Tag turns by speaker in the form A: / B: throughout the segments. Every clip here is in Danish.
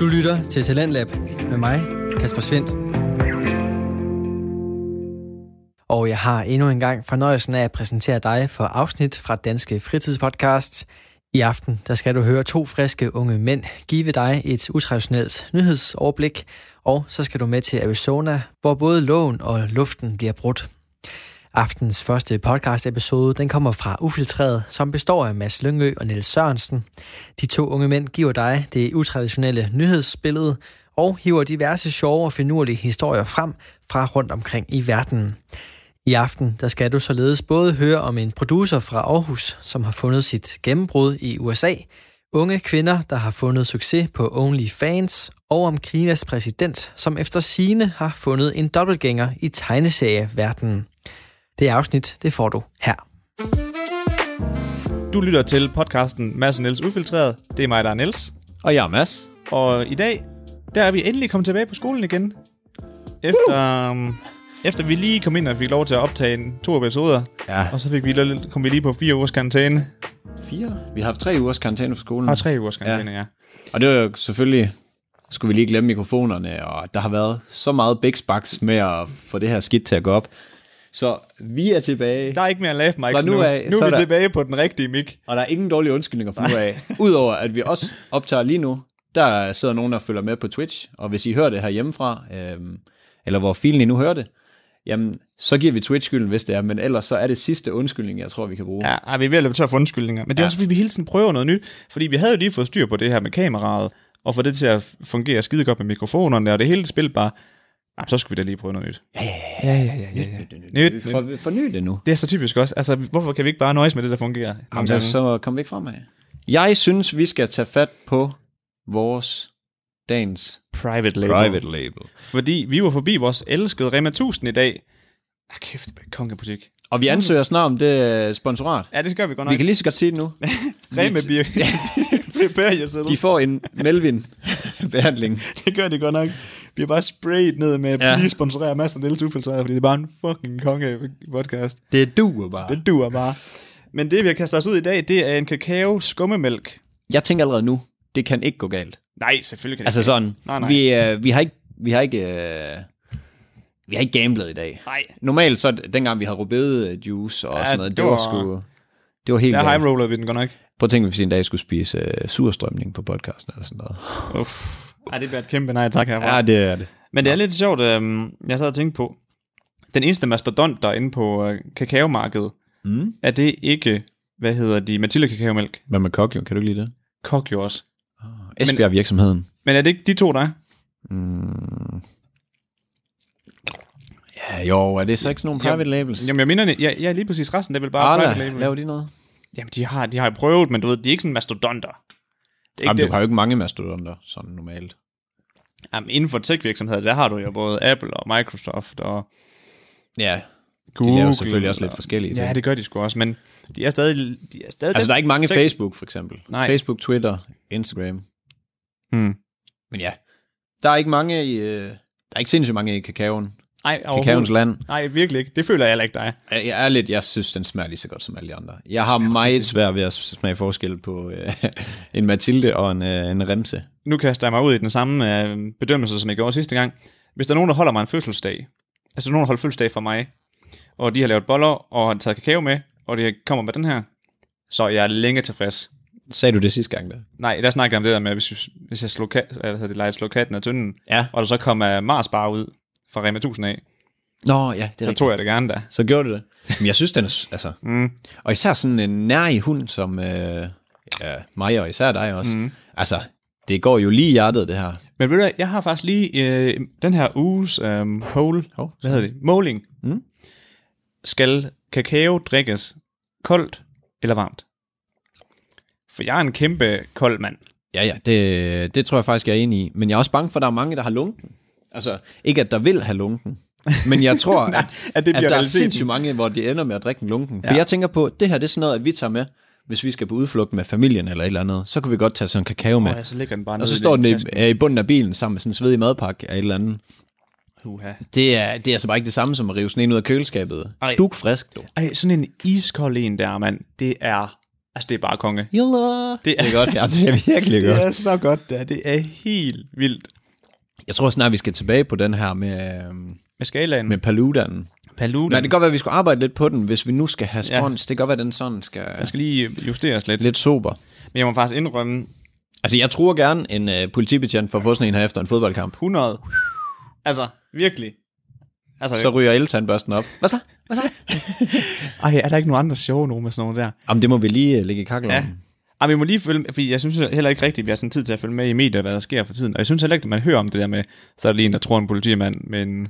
A: Du lytter til Talentlab med mig, Kasper Svendt. Og jeg har endnu en gang fornøjelsen af at præsentere dig for afsnit fra Danske Fritidspodcast. I aften der skal du høre to friske unge mænd give dig et utraditionelt nyhedsoverblik, og så skal du med til Arizona, hvor både loven og luften bliver brudt. Aftens første podcast episode den kommer fra Ufiltreret, som består af Mads Lyngø og Niels Sørensen. De to unge mænd giver dig det utraditionelle nyhedsbillede og hiver diverse sjove og finurlige historier frem fra rundt omkring i verden. I aften der skal du således både høre om en producer fra Aarhus, som har fundet sit gennembrud i USA, unge kvinder, der har fundet succes på OnlyFans, og om Kinas præsident, som efter sine har fundet en dobbeltgænger i tegneserieverdenen. Det afsnit, det får du her.
B: Du lytter til podcasten Mads og Niels Ufiltreret. Det er mig, der er Niels.
C: Og jeg er Mads.
B: Og i dag, der er vi endelig kommet tilbage på skolen igen. Efter, um, efter vi lige kom ind og fik lov til at optage en- to episoder.
C: Ja.
B: Og så fik vi, lidt- kom vi lige på fire ugers karantæne.
C: Fire? Vi har haft tre ugers karantæne på skolen.
B: Og tre ugers karantæne, ja. ja.
C: Og det var jo selvfølgelig, skulle vi lige glemme mikrofonerne, og der har været så meget big spaks med at få det her skidt til at gå op. Så vi er tilbage,
B: Der er ikke mere laugh mics
C: Fra
B: nu.
C: nu af,
B: nu
C: så
B: er
C: er
B: vi
C: der-
B: tilbage på den rigtige mic.
C: og der er ingen dårlige undskyldninger fra nu af. Udover at vi også optager lige nu, der sidder nogen, der følger med på Twitch, og hvis I hører det her hjemmefra, øhm, eller hvor filen I nu hører det, jamen, så giver vi Twitch skylden, hvis det er, men ellers så er det sidste undskyldning, jeg tror, vi kan bruge.
B: Ja, ej, vi er ved at løbe tør for undskyldninger. Men det er ja.
C: Ja.
B: også, fordi vi hele tiden prøver noget nyt. Fordi vi havde jo lige fået styr på det her med kameraet, og få det til at fungere skide godt med mikrofonerne, og det hele spil bare... Jamen, så skulle vi da lige prøve noget nyt. Ja, ja, ja, ja, ja, ja. Nyt, nyt.
C: For, forny det nu.
B: Det er så typisk også. Altså, hvorfor kan vi ikke bare nøjes med det, der fungerer?
C: Jamen, så, så kom væk fra mig. Jeg synes, vi skal tage fat på vores dagens...
B: private label.
D: Private label.
B: Fordi vi var forbi vores elskede Rema 1000 i dag. Ah, kæft, det er en kongebutik.
C: Og vi
B: Mm.
C: ansøger snart om det øh, sponsorat.
B: Ja, det gør vi godt nok.
C: Vi kan lige så godt sige det nu.
B: Rema bliver... Prepare yourself.
C: De får en Melvin-behandling.
B: Det gør det godt nok. Vi er bare sprayet ned med at ja.
C: Ja.
B: lige sponsorere masser af Niels Ufiltreret, fordi det er bare en fucking konge podcast.
C: Det duer bare.
B: Det duer bare. Men det, vi har kastet os ud i dag, det er en kakao skummemælk.
C: Jeg tænker allerede nu, det kan ikke gå galt.
B: Nej, selvfølgelig kan det
C: Altså
B: ikke.
C: sådan,
B: Nej, nej.
C: Vi, øh, vi har ikke... Vi har ikke øh, vi har ikke gamblet i dag.
B: Nej,
C: Normalt så, dengang vi havde rubedejuice og
B: Ja,
C: ja, sådan noget,
B: det
C: det, var,
B: var-
C: sgu... Det var helt...
B: der
C: galt.
B: high roller vi den godt nok.
C: Prøv at tænke, hvis vi en dag skulle spise øh, surstrømning på podcasten eller sådan noget.
B: Uff. Ej, det bliver et kæmpe nej tak herfra.
C: det er det.
B: Men det er lidt sjovt, øhm, jeg sad og tænkte på, den eneste mastodont, der er inde på øh, kakaomarkedet,
C: Mm.
B: er det ikke, hvad hedder de, Matilda Kakaomælk?
C: Hvad med Kokio? Kan du ikke lide det?
B: Kok jo også.
C: Esbjerg virksomheden.
B: Men er det ikke de to, der er?
C: Mm. Ja, jo, er det så ikke sådan nogle private labels?
B: Jamen, jeg minder, jeg, jeg er lige præcis resten, det er vel bare
C: Arla,
B: private label.
C: laver de noget?
B: Jamen, de har, de har prøvet, men du ved, de er ikke sådan mastodonter. Det er
C: Jamen,
B: ikke
C: du
B: det.
C: har jo ikke mange mastodonter, sådan normalt.
B: Jamen, inden for tech-virksomheder, der har du jo både Apple og Microsoft og
C: Ja,
B: Google.
C: de laver selvfølgelig også lidt forskellige ting.
B: Ja, det gør de sgu også, men de er stadig... De er stadig
C: altså, der er ikke mange
B: Tech-
C: Facebook, for eksempel.
B: Nej.
C: Facebook, Twitter, Instagram.
B: Hmm.
C: Men ja, der er ikke mange i... Øh, der er ikke sindssygt mange i kakaoen.
B: Ej,
C: Kakaoens
B: overhovedet.
C: land.
B: Nej, virkelig ikke. Det føler jeg heller ikke dig.
C: Jeg jeg er lidt, jeg synes, den smager lige så godt som alle de andre. Jeg har meget svært ved at smage forskel på øh, en Mathilde og en, øh, en remse.
B: nu kaster jeg mig ud i den samme øh, bedømmelse, som jeg gjorde sidste gang. Hvis der er nogen, der holder mig en fødselsdag, altså nogen, der holder fødselsdag for mig, og de har lavet boller, og har taget kakao med, og de kommer med den her, så er jeg længe tilfreds.
C: Sagde du det sidste gang, der?
B: Nej, der snakker jeg om det der med, hvis, jeg- hvis jeg slog, kat, eller hvad hedder det, leger, slog katten af tynden,
C: Ja.
B: og der så kom uh, Mars bare ud fra Rema 1000 af,
C: Nå, ja, det er
B: så
C: rigtigt.
B: tog jeg det gerne da.
C: Så gjorde du det. Men jeg synes, den er... s- Altså,
B: Mm.
C: og især sådan en nærig hund, som øh, ja, mig og især dig også.
B: Mhm.
C: Mm. Altså, det går jo lige i hjertet, det her.
B: Men ved du hvad, jeg har faktisk lige øh, den her uges øh, hole,
C: Hov,
B: hvad hedder det, måling.
C: Mm.
B: Skal kakao drikkes koldt eller varmt? For jeg er en kæmpe kold mand.
C: Ja, ja, det, det tror jeg faktisk, jeg er enig i. Men jeg er også bange for, at der er mange, der har lunken. Altså, ikke at der vil have lunken. Men jeg tror, at,
B: at det bliver
C: at der er
B: realiteten.
C: sindssygt mange, hvor de ender med at drikke en lunken. For jeg tænker på, det her det er sådan noget, at vi tager med, hvis vi skal på udflugt med familien eller et eller andet. Så kan vi godt tage sådan en kakao med.
B: Og ja, så ligger den bare nede
C: og så
B: i
C: står den
B: den
C: i,
B: taske.
C: er i bunden af bilen sammen med sådan en svedig madpakke eller et eller andet.
B: Uha.
C: Det er, det er altså bare ikke det samme som at rive sådan en ud af køleskabet.
B: Ej.
C: Duk frisk, du.
B: Ej, sådan en iskold en der, mand. Det er Altså, det er bare konge.
C: Yalla.
B: Det er,
C: godt, ja. Det er virkelig
B: det
C: godt.
B: er så godt, det er. Det er helt vildt.
C: Jeg tror snart, vi skal tilbage på den her med, øhm,
B: Med skalaen.
C: med Paludan.
B: Paludan.
C: Nej, det kan godt være, at vi skulle arbejde lidt på den, hvis vi nu skal have spons. Ja. Det kan godt være, at den sådan skal
B: Den skal lige justeres lidt.
C: lidt sober.
B: Men jeg må faktisk indrømme
C: Altså, jeg tror gerne en øh, politibetjent for at få sådan en her efter en fodboldkamp.
B: 100. Altså, virkelig. Altså,
C: Så ryger eltandbørsten op. Hvad så? Hvad så?
B: ej, er der ikke nogen andre sjove nogen med sådan noget der?
C: Jamen, det må vi lige øh, lægge i kakkelovnen.
B: Ja.
C: Ja.
B: Ej, men vi må lige følge med, fordi jeg synes heller ikke rigtigt, at vi har sådan tid til at følge med i medier, hvad der sker for tiden. Og jeg synes heller ikke, at man hører om det der med, så er der lige en, der tror en politimand med en,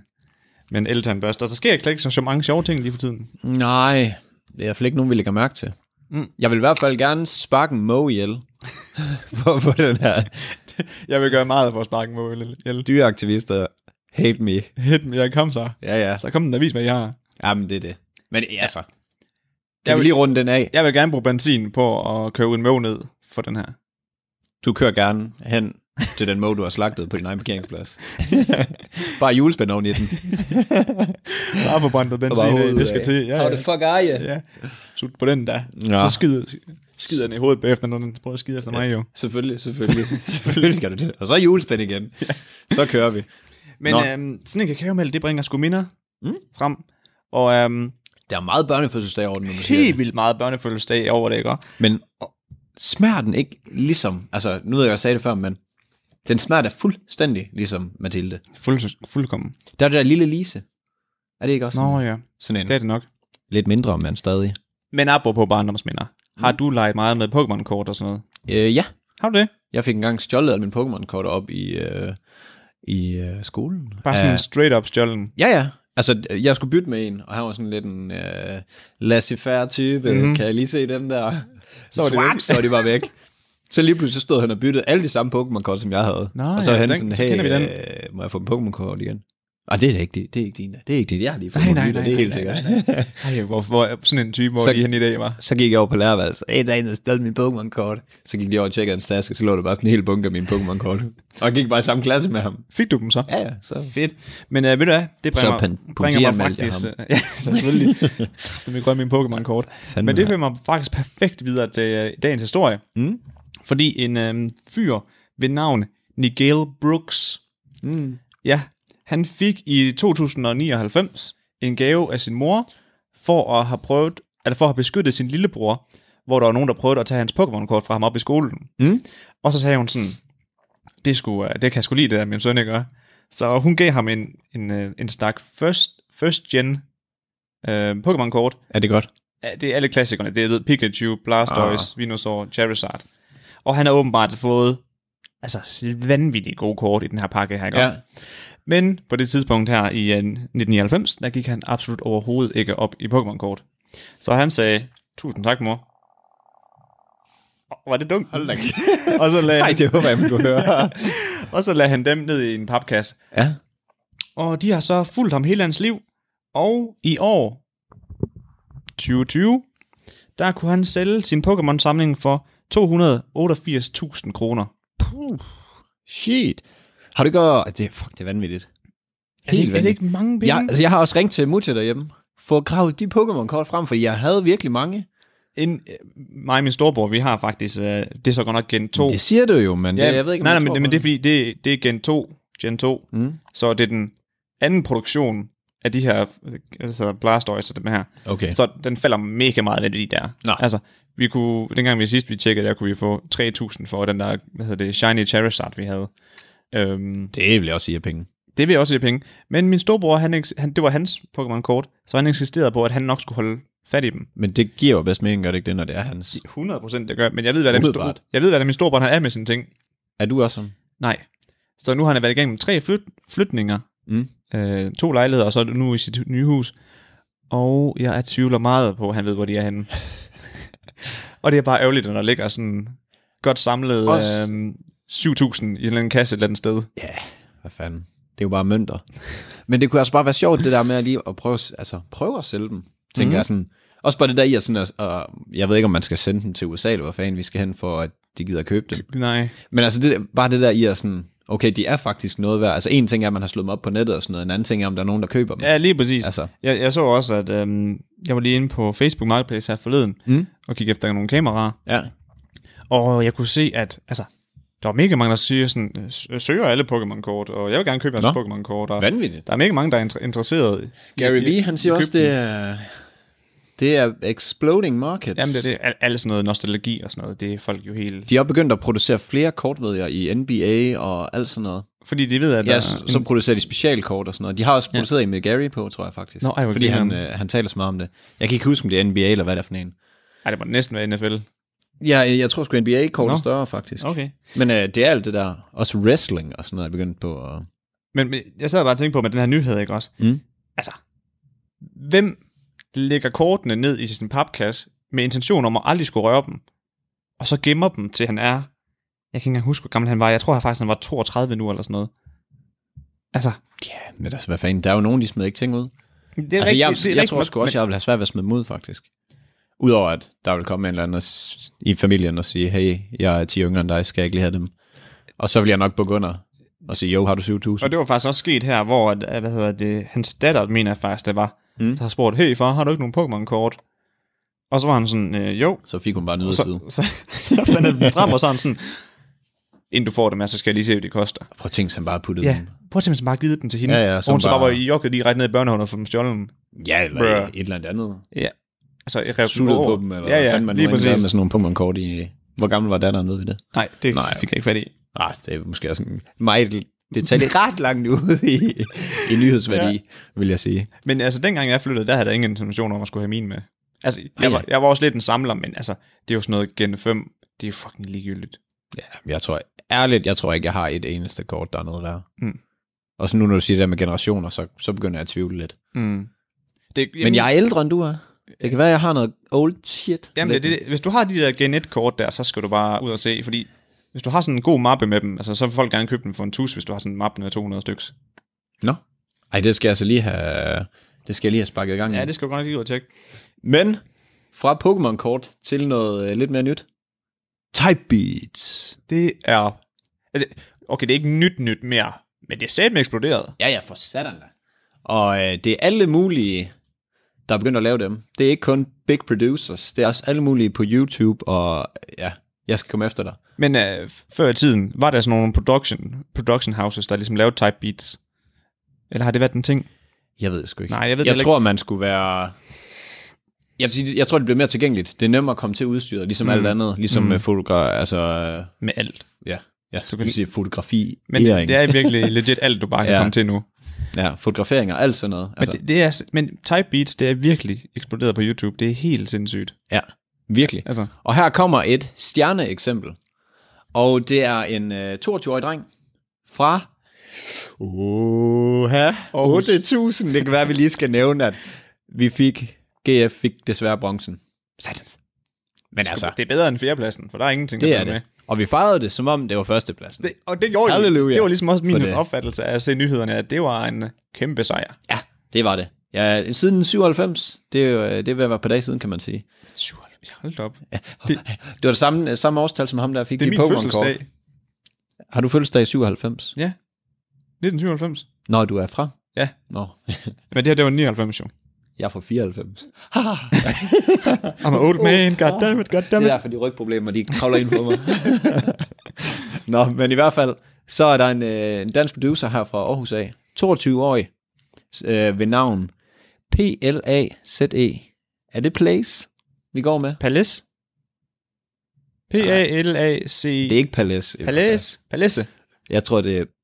B: med en eltandbørste. Og der sker ikke slet ikke så, så mange sjove ting lige for tiden.
C: Nej, det er i hvert fald ikke nogen, vi lægger mærke til.
B: Mm.
C: Mm. Jeg vil i hvert fald gerne sparke en Mo ihjel for at få den her
B: Jeg vil gøre meget for at sparke mod el.
C: dyreaktivister. Hate me.
B: Hit mig, jeg kom så.
C: Ja, ja.
B: Så kom den og vis, hvad jeg har.
C: Jamen, det er det. Men ja, så. Kan
B: Jeg
C: jeg vi
B: vil-
C: lige runde den af?
B: Jeg vil gerne bruge benzin på at køre en mål ned for den her.
C: Du kører gerne hen til den Mo, du har slagtet på din egen parkeringsplads. Bare julespænd oven i den.
B: Bare forbrændt noget
C: Og
B: benzin,
C: bare
B: af,
C: hovedet
B: det skal
C: af.
B: til. Ja,
C: How
B: ja.
C: the fuck are you?
B: ja. Sut på den der.
C: Ja.
B: Så skider, skider den i hovedet bagefter, når den prøver at skide efter mig jo.
C: Selvfølgelig, selvfølgelig. selvfølgelig kan du det. Og så julespænd igen. Så kører vi.
B: Men
C: Nå.
B: øhm, sådan en kakaomælk, det bringer sgu minder mm.
C: Mm.
B: frem. Og øhm,
C: Der er meget børnefødselsdag over den, når man siger det.
B: helt vildt meget børnefødselsdag over det, ikke? også?
C: Men smager den ikke ligesom, altså nu ved jeg, jeg sagde det før, men den smager da fuldstændig ligesom Mathilde.
B: Fuld, fuldkommen.
C: Der er det der lille Lise. Er det ikke også
B: Nå
C: sådan,
B: ja,
C: sådan en?
B: det er det nok.
C: Lidt mindre, men stadig.
B: Men apropos barndomsminder. Har du leget meget med Pokémon-kort og sådan noget?
C: Øh, ja,
B: Mm. Har du det?
C: jeg fik engang stjålet alle mine Pokémon-kort op i, øh, i øh, skolen.
B: Bare sådan
C: Af-
B: ja. straight up stjålen.
C: Ja, ja. Altså, jeg skulle bytte med en, og han var sådan lidt en øh, laissez-faire type.
B: Mhm.
C: Mm-hmm. Kan jeg lige se dem der? Så var, de
B: Swat!
C: væk, så var de bare væk. Så lige pludselig så stod han og byttede alle de samme Pokémon-kort, som jeg havde.
B: Nå,
C: og så
B: ja,
C: var han
B: den-
C: sådan,
B: så kender vi den.
C: hey, øh, må jeg få en Pokémon-kort igen? Og det er da ikke det. Det er ikke din. Det er ikke det. Jeg har lige fået
B: Nej, nej,
C: nogle nye, og
B: nej,
C: det er helt
B: nej, nej,
C: sikkert.
B: Ej, hvor, hvor sådan en type, hvor så...
C: Så-
B: de hen i dag var.
C: Så gik jeg over på lærerværelset. så, Hey, der er en, der stjal min Pokémon-kort. Så gik jeg over og tjekkede hans taske, så lå der bare sådan en hel bunke af mine Pokémon-kort. og jeg gik bare i samme klasse med ham.
B: Fik du dem så?
C: Ja, ja. Så
B: Fedt. Men øh, ved du hvad, det
C: Så
B: bringer,
C: pan-
B: bringer mig
C: politianmeldte jeg
B: faktisk... øh, ja, selvfølgelig. Kræfter mig grøn min Pokémon-kort.
C: fandme.
B: Men det fører mig faktisk perfekt videre til øh, dagens historie.
C: Mm.
B: Fordi en øh, fyr ved navn Nigel Brooks,
C: Mm.
B: ja, han fik i 2099 en gave af sin mor for at have prøvet, eller for at have beskyttet sin lillebror, hvor der var nogen, der prøvede at tage hans Pokémon-kort fra ham op i skolen.
C: Mm.
B: Og så sagde hun sådan, det, skulle, øh, det kan jeg sgu lide, det der min søn ikke gør. Så hun gav ham en, en, øh, en stak first, first gen øh, Pokémon-kort,
C: Er det godt?
B: Ja, det er alle klassikerne. Det er ved Pikachu, Blastoise, ah. Venusaur, Charizard. Og han har åbenbart fået altså vanvittigt gode kort i den her pakke her. ikke?
C: Ja.
B: Men på det tidspunkt her i øh, 1999, der gik han absolut overhovedet ikke op i Pokémon-kort. Så han sagde, tusind tak, mor. Og Var det dumt? Hold da og, så lagde
C: Nej,
B: han,
C: det håber jeg, man kunne høre.
B: og så lagde han dem ned i en papkasse.
C: ja.
B: Og de har så fulgt ham hele hans liv. Og i år 2020, der kunne han sælge sin Pokémon-samling for 288.000 kroner.
C: Shit. Har du godt... Det, fuck, det er vanvittigt.
B: Er det, ikke, er det ikke mange penge?
C: Jeg, altså, jeg har også ringt til Mutti derhjemme for at grave de Pokémon-kort frem, for jeg havde virkelig mange.
B: En, øh, mig og min storbror, vi har faktisk, øh, det er så godt nok Gen 2.
C: Det siger du jo, men det,
B: Ja,
C: jeg ved ikke, om
B: nej, nej,
C: jeg tror
B: men,
C: på
B: men det er fordi, det, det er Gen 2, Gen 2,
C: Mm.
B: så det er den anden produktion af de her øh, altså Blastoise og dem her.
C: Okay.
B: Så den falder mega meget ned i de der.
C: Nå.
B: Altså, vi kunne, dengang vi sidst vi tjekkede, der kunne vi få 3.000 for den der, hvad hedder det, Shiny Charizard, vi havde. Øhm,
C: Det vil jeg også sige af penge.
B: det vil jeg også sige penge. Men min storebror, han, eks- han, det var hans Pokémon-kort, så han insisterede på, at han nok skulle holde fat i dem.
C: Men det giver jo bedst mening, gør det ikke det, når det er hans.
B: 100 procent, det gør, men jeg ved, hvad det er, min store,
C: Umiddelbart.
B: jeg ved, hvad det er, min storebror, han er med sine ting.
C: Er du også sådan?
B: Nej. Så nu har han været igennem tre flyt, flytninger,
C: Mm.
B: øh, to lejligheder, og så er det nu i sit nye hus. Og jeg er tvivler meget på, at han ved, hvor de er henne. og det er bare ærgerligt, når der ligger sådan godt samlet
C: Også-
B: øh, 7.000 i en eller anden kasse et eller andet sted.
C: Hvad fanden? Det er jo bare mønter. men det kunne altså bare være sjovt, det der med at lige at prøve, altså, prøve at sælge dem, tænker
B: Mhm.
C: jeg sådan. Også bare det der i, at sådan, at, at, jeg ved ikke, om man skal sende dem til USA, eller hvor fanden vi skal hen, for at de gider købe dem.
B: Nej.
C: Men altså, det, bare det der i at sådan, okay, de er faktisk noget værd. Altså en ting er, at man har slået dem op på nettet og sådan noget, en anden ting er, om der er nogen, der køber dem.
B: Ja, lige præcis.
C: Altså,
B: Jeg, jeg så også, at øhm, jeg var lige inde på Facebook Marketplace her forleden,
C: Mm.
B: og kiggede efter nogle kameraer,
C: ja.
B: og jeg kunne se, at altså, der var mega mange, der siger sådan, øh, s- øh, søger alle Pokémon-kort, og jeg vil gerne købe jeres
C: Nå.
B: Pokémon-kort, og
C: Vanvittigt.
B: der er mega mange, der er inter- interesseret.
C: Gary
B: i- i-
C: Vee, han siger
B: i
C: også,
B: købe
C: det
B: dem.
C: er, det er exploding markets.
B: Jamen, det er det. Al- alt sådan noget nostalgi og sådan noget, det er folk jo helt...
C: De har begyndt at producere flere kort, ved jeg, i NBA og alt sådan noget.
B: Fordi de ved, at der
C: Ja, så, så producerer de specialkort og sådan noget. De har også produceret ja. en med Gary på, tror jeg faktisk.
B: Nå, ej, hvor
C: fordi han,
B: grineren.
C: øh, han taler så meget om det. Jeg kan ikke huske, om det er NBA eller hvad det er for en.
B: Ej, det må næsten være NFL.
C: Ja, øh, jeg tror sgu NBA-kort
B: Nå.
C: er større faktisk. Okay.
B: Okay.
C: Men øh, det er alt det der, også wrestling og sådan noget, er begyndt på. Og...
B: Men men jeg sad bare og tænkte på med den her nyhed, ikke også?
C: Mm.
B: Altså, hvem lægger kortene ned i sin papkasse med intention om at aldrig skulle røre dem, og så gemmer dem til han er, jeg kan ikke engang huske, hvor gammel han var. Jeg tror han faktisk, han var 32 nu eller sådan noget. Altså,
C: Ja, men altså, hvad fanden, der er jo nogen, de smider ikke ting ud.
B: det er
C: altså, jeg,
B: det er
C: jeg tror sgu
B: men-
C: også, jeg ville have svært ved at smide dem ud, faktisk. Udover at der vil komme en eller anden og s- i familien og sige, hey, jeg er 10 yngre end dig, skal jeg ikke lige have dem? Og så vil jeg nok bukke under og sige, jo, har du 7.000?
B: Og det var faktisk også sket her, hvor at, at, hvad hedder det, hans datter, mener jeg faktisk, det var,
C: Mm.
B: mm. der har spurgt, hey far, har du ikke nogen Pokémon-kort? Og så var han sådan, øh, jo.
C: Så fik hun bare en
B: Så,
C: yderside.
B: så, så fandt han dem frem, og så er han sådan, inden du får dem her, så skal jeg lige se, hvad det koster.
C: Prøv at tænke, han bare puttede
B: Ja,
C: dem.
B: prøv at simpelthen bare give dem til hende.
C: Ja, ja,
B: og
C: som
B: hun så bare
C: bare-
B: var jokket lige ret ned i børnehaven og få dem stjålet.
C: Ja, eller
B: Bruh.
C: et eller andet andet.
B: Altså, jeg rev dem
C: Suttet
B: over.
C: på dem, eller
B: ja, ja,
C: fandt man
B: lige
C: nu præcis.
B: præcis.
C: med sådan nogle Pokémon-kort i... Hvor gammel var datteren, ved vi det?
B: Nej, det
C: Nej.
B: Nej. fik jeg ikke fat i.
C: Ah, det er måske også en meget detalje ret langt ude i, i nyhedsværdi, ja. vil jeg sige.
B: Men altså, dengang jeg flyttede, der havde der ingen information om, at skulle have min med. Altså, jeg,
C: ja.
B: var, jeg var også lidt en samler, men altså, det er jo sådan noget Gen 5. Det er jo fucking ligegyldigt.
C: Ja, jeg tror, ærligt, jeg tror ikke, jeg har et eneste kort, der er noget værd.
B: Mm.
C: Og så nu, når du siger det der med generationer, så, så begynder jeg at tvivle lidt.
B: Mm. Det, jamen,
C: Men jeg er ældre, end du er. Det kan være, jeg har noget old shit.
B: Jamen, det, er det, hvis du har de der Gen 1-kort der, så skal du bare ud og se, fordi hvis du har sådan en god mappe med dem, altså så vil folk gerne købe dem for en tus, hvis du har sådan en mappe med 200 styks.
C: Nå. Ej, det skal jeg altså lige have... Det skal jeg lige have sparket i gang
B: Ja,
C: med.
B: det skal du godt nok lige ud og tjekke.
C: Men fra Pokémon-kort til noget øh, lidt mere nyt. Typebeats.
B: Det er... Altså, okay, det er ikke nyt nyt mere, men det er satme eksploderet.
C: Ja, ja, for satan da. Og øh, det er alle mulige, der er begyndt at lave dem. Det er ikke kun big producers, det er også alle mulige på YouTube, og øh, ja, jeg skal komme efter dig.
B: Men øh, f- før i tiden, var der sådan nogle production, production houses, der ligesom lavede type beats? Eller har det været en ting?
C: Jeg ved det sgu ikke.
B: Nej, jeg ved det
C: jeg
B: heller
C: tror, man skulle være... Jeg, vil sige, jeg tror, det bliver mere tilgængeligt. Det er nemmere at komme til udstyret, ligesom mm. alt andet. Ligesom mm. fotogra... Altså, øh,
B: Med alt.
C: ja, ja du
B: kan-
C: kan sige fotografi.
B: Men det, det er virkelig legit alt, du bare kan
C: Ja.
B: ja. Altså. komme til nu.
C: Ja, fotograferinger, alt sådan noget. Altså,
B: Men, det, det er, s- men type beats, det er virkelig eksploderet på YouTube. Det er helt sindssygt.
C: Ja, virkelig.
B: Altså,
C: Og her kommer et stjerneeksempel. Og det er en øh, 22-årig dreng fra... Oha, 8.000. Det kan være, vi lige skal nævne, at vi fik... GF fik desværre bronzen.
B: satans.
C: Men altså,
B: Altså. Det er bedre end fjerdepladsen, for der er ingenting,
C: det
B: der
C: er
B: følger
C: det. Og vi fejrede det, som om det var førstepladsen.
B: med. Det, og det gjorde
C: Halleluja
B: det. Det var ligesom også
C: for
B: min
C: det.
B: opfattelse af at se nyhederne, at det var en øh, kæmpe sejr.
C: Ja, det var det. Ja, siden 97, det er jo øh, det er ved at være på dag siden, kan man sige.
B: Hold da op.
C: Det var det samme, øh, samme årstal som ham, der fik
B: Det er
C: de
B: min
C: Pokémon-kort.
B: fødselsdag.
C: Har du fødselsdag i 97?
B: 1997.
C: Nå, du er fra?
B: Ja.
C: Nå,
B: Men det her, det var 99 jo.
C: jeg er fra 94.
B: I'm an old man, goddammit,
C: Det
B: goddammit.
C: er derfor, de rygproblemer, de kravler ind på mig. Nå, men i hvert fald, så er der en, øh, en dansk producer her fra Aarhus af, 22-årig, øh, ved navn P-L-A-Z-E. E. Er det Place, vi går med?
B: Palace. P-A-L-A-C...
C: Det er ikke Palace. i hvert fald.
B: Palace. Palace.
C: Jeg tror, det er...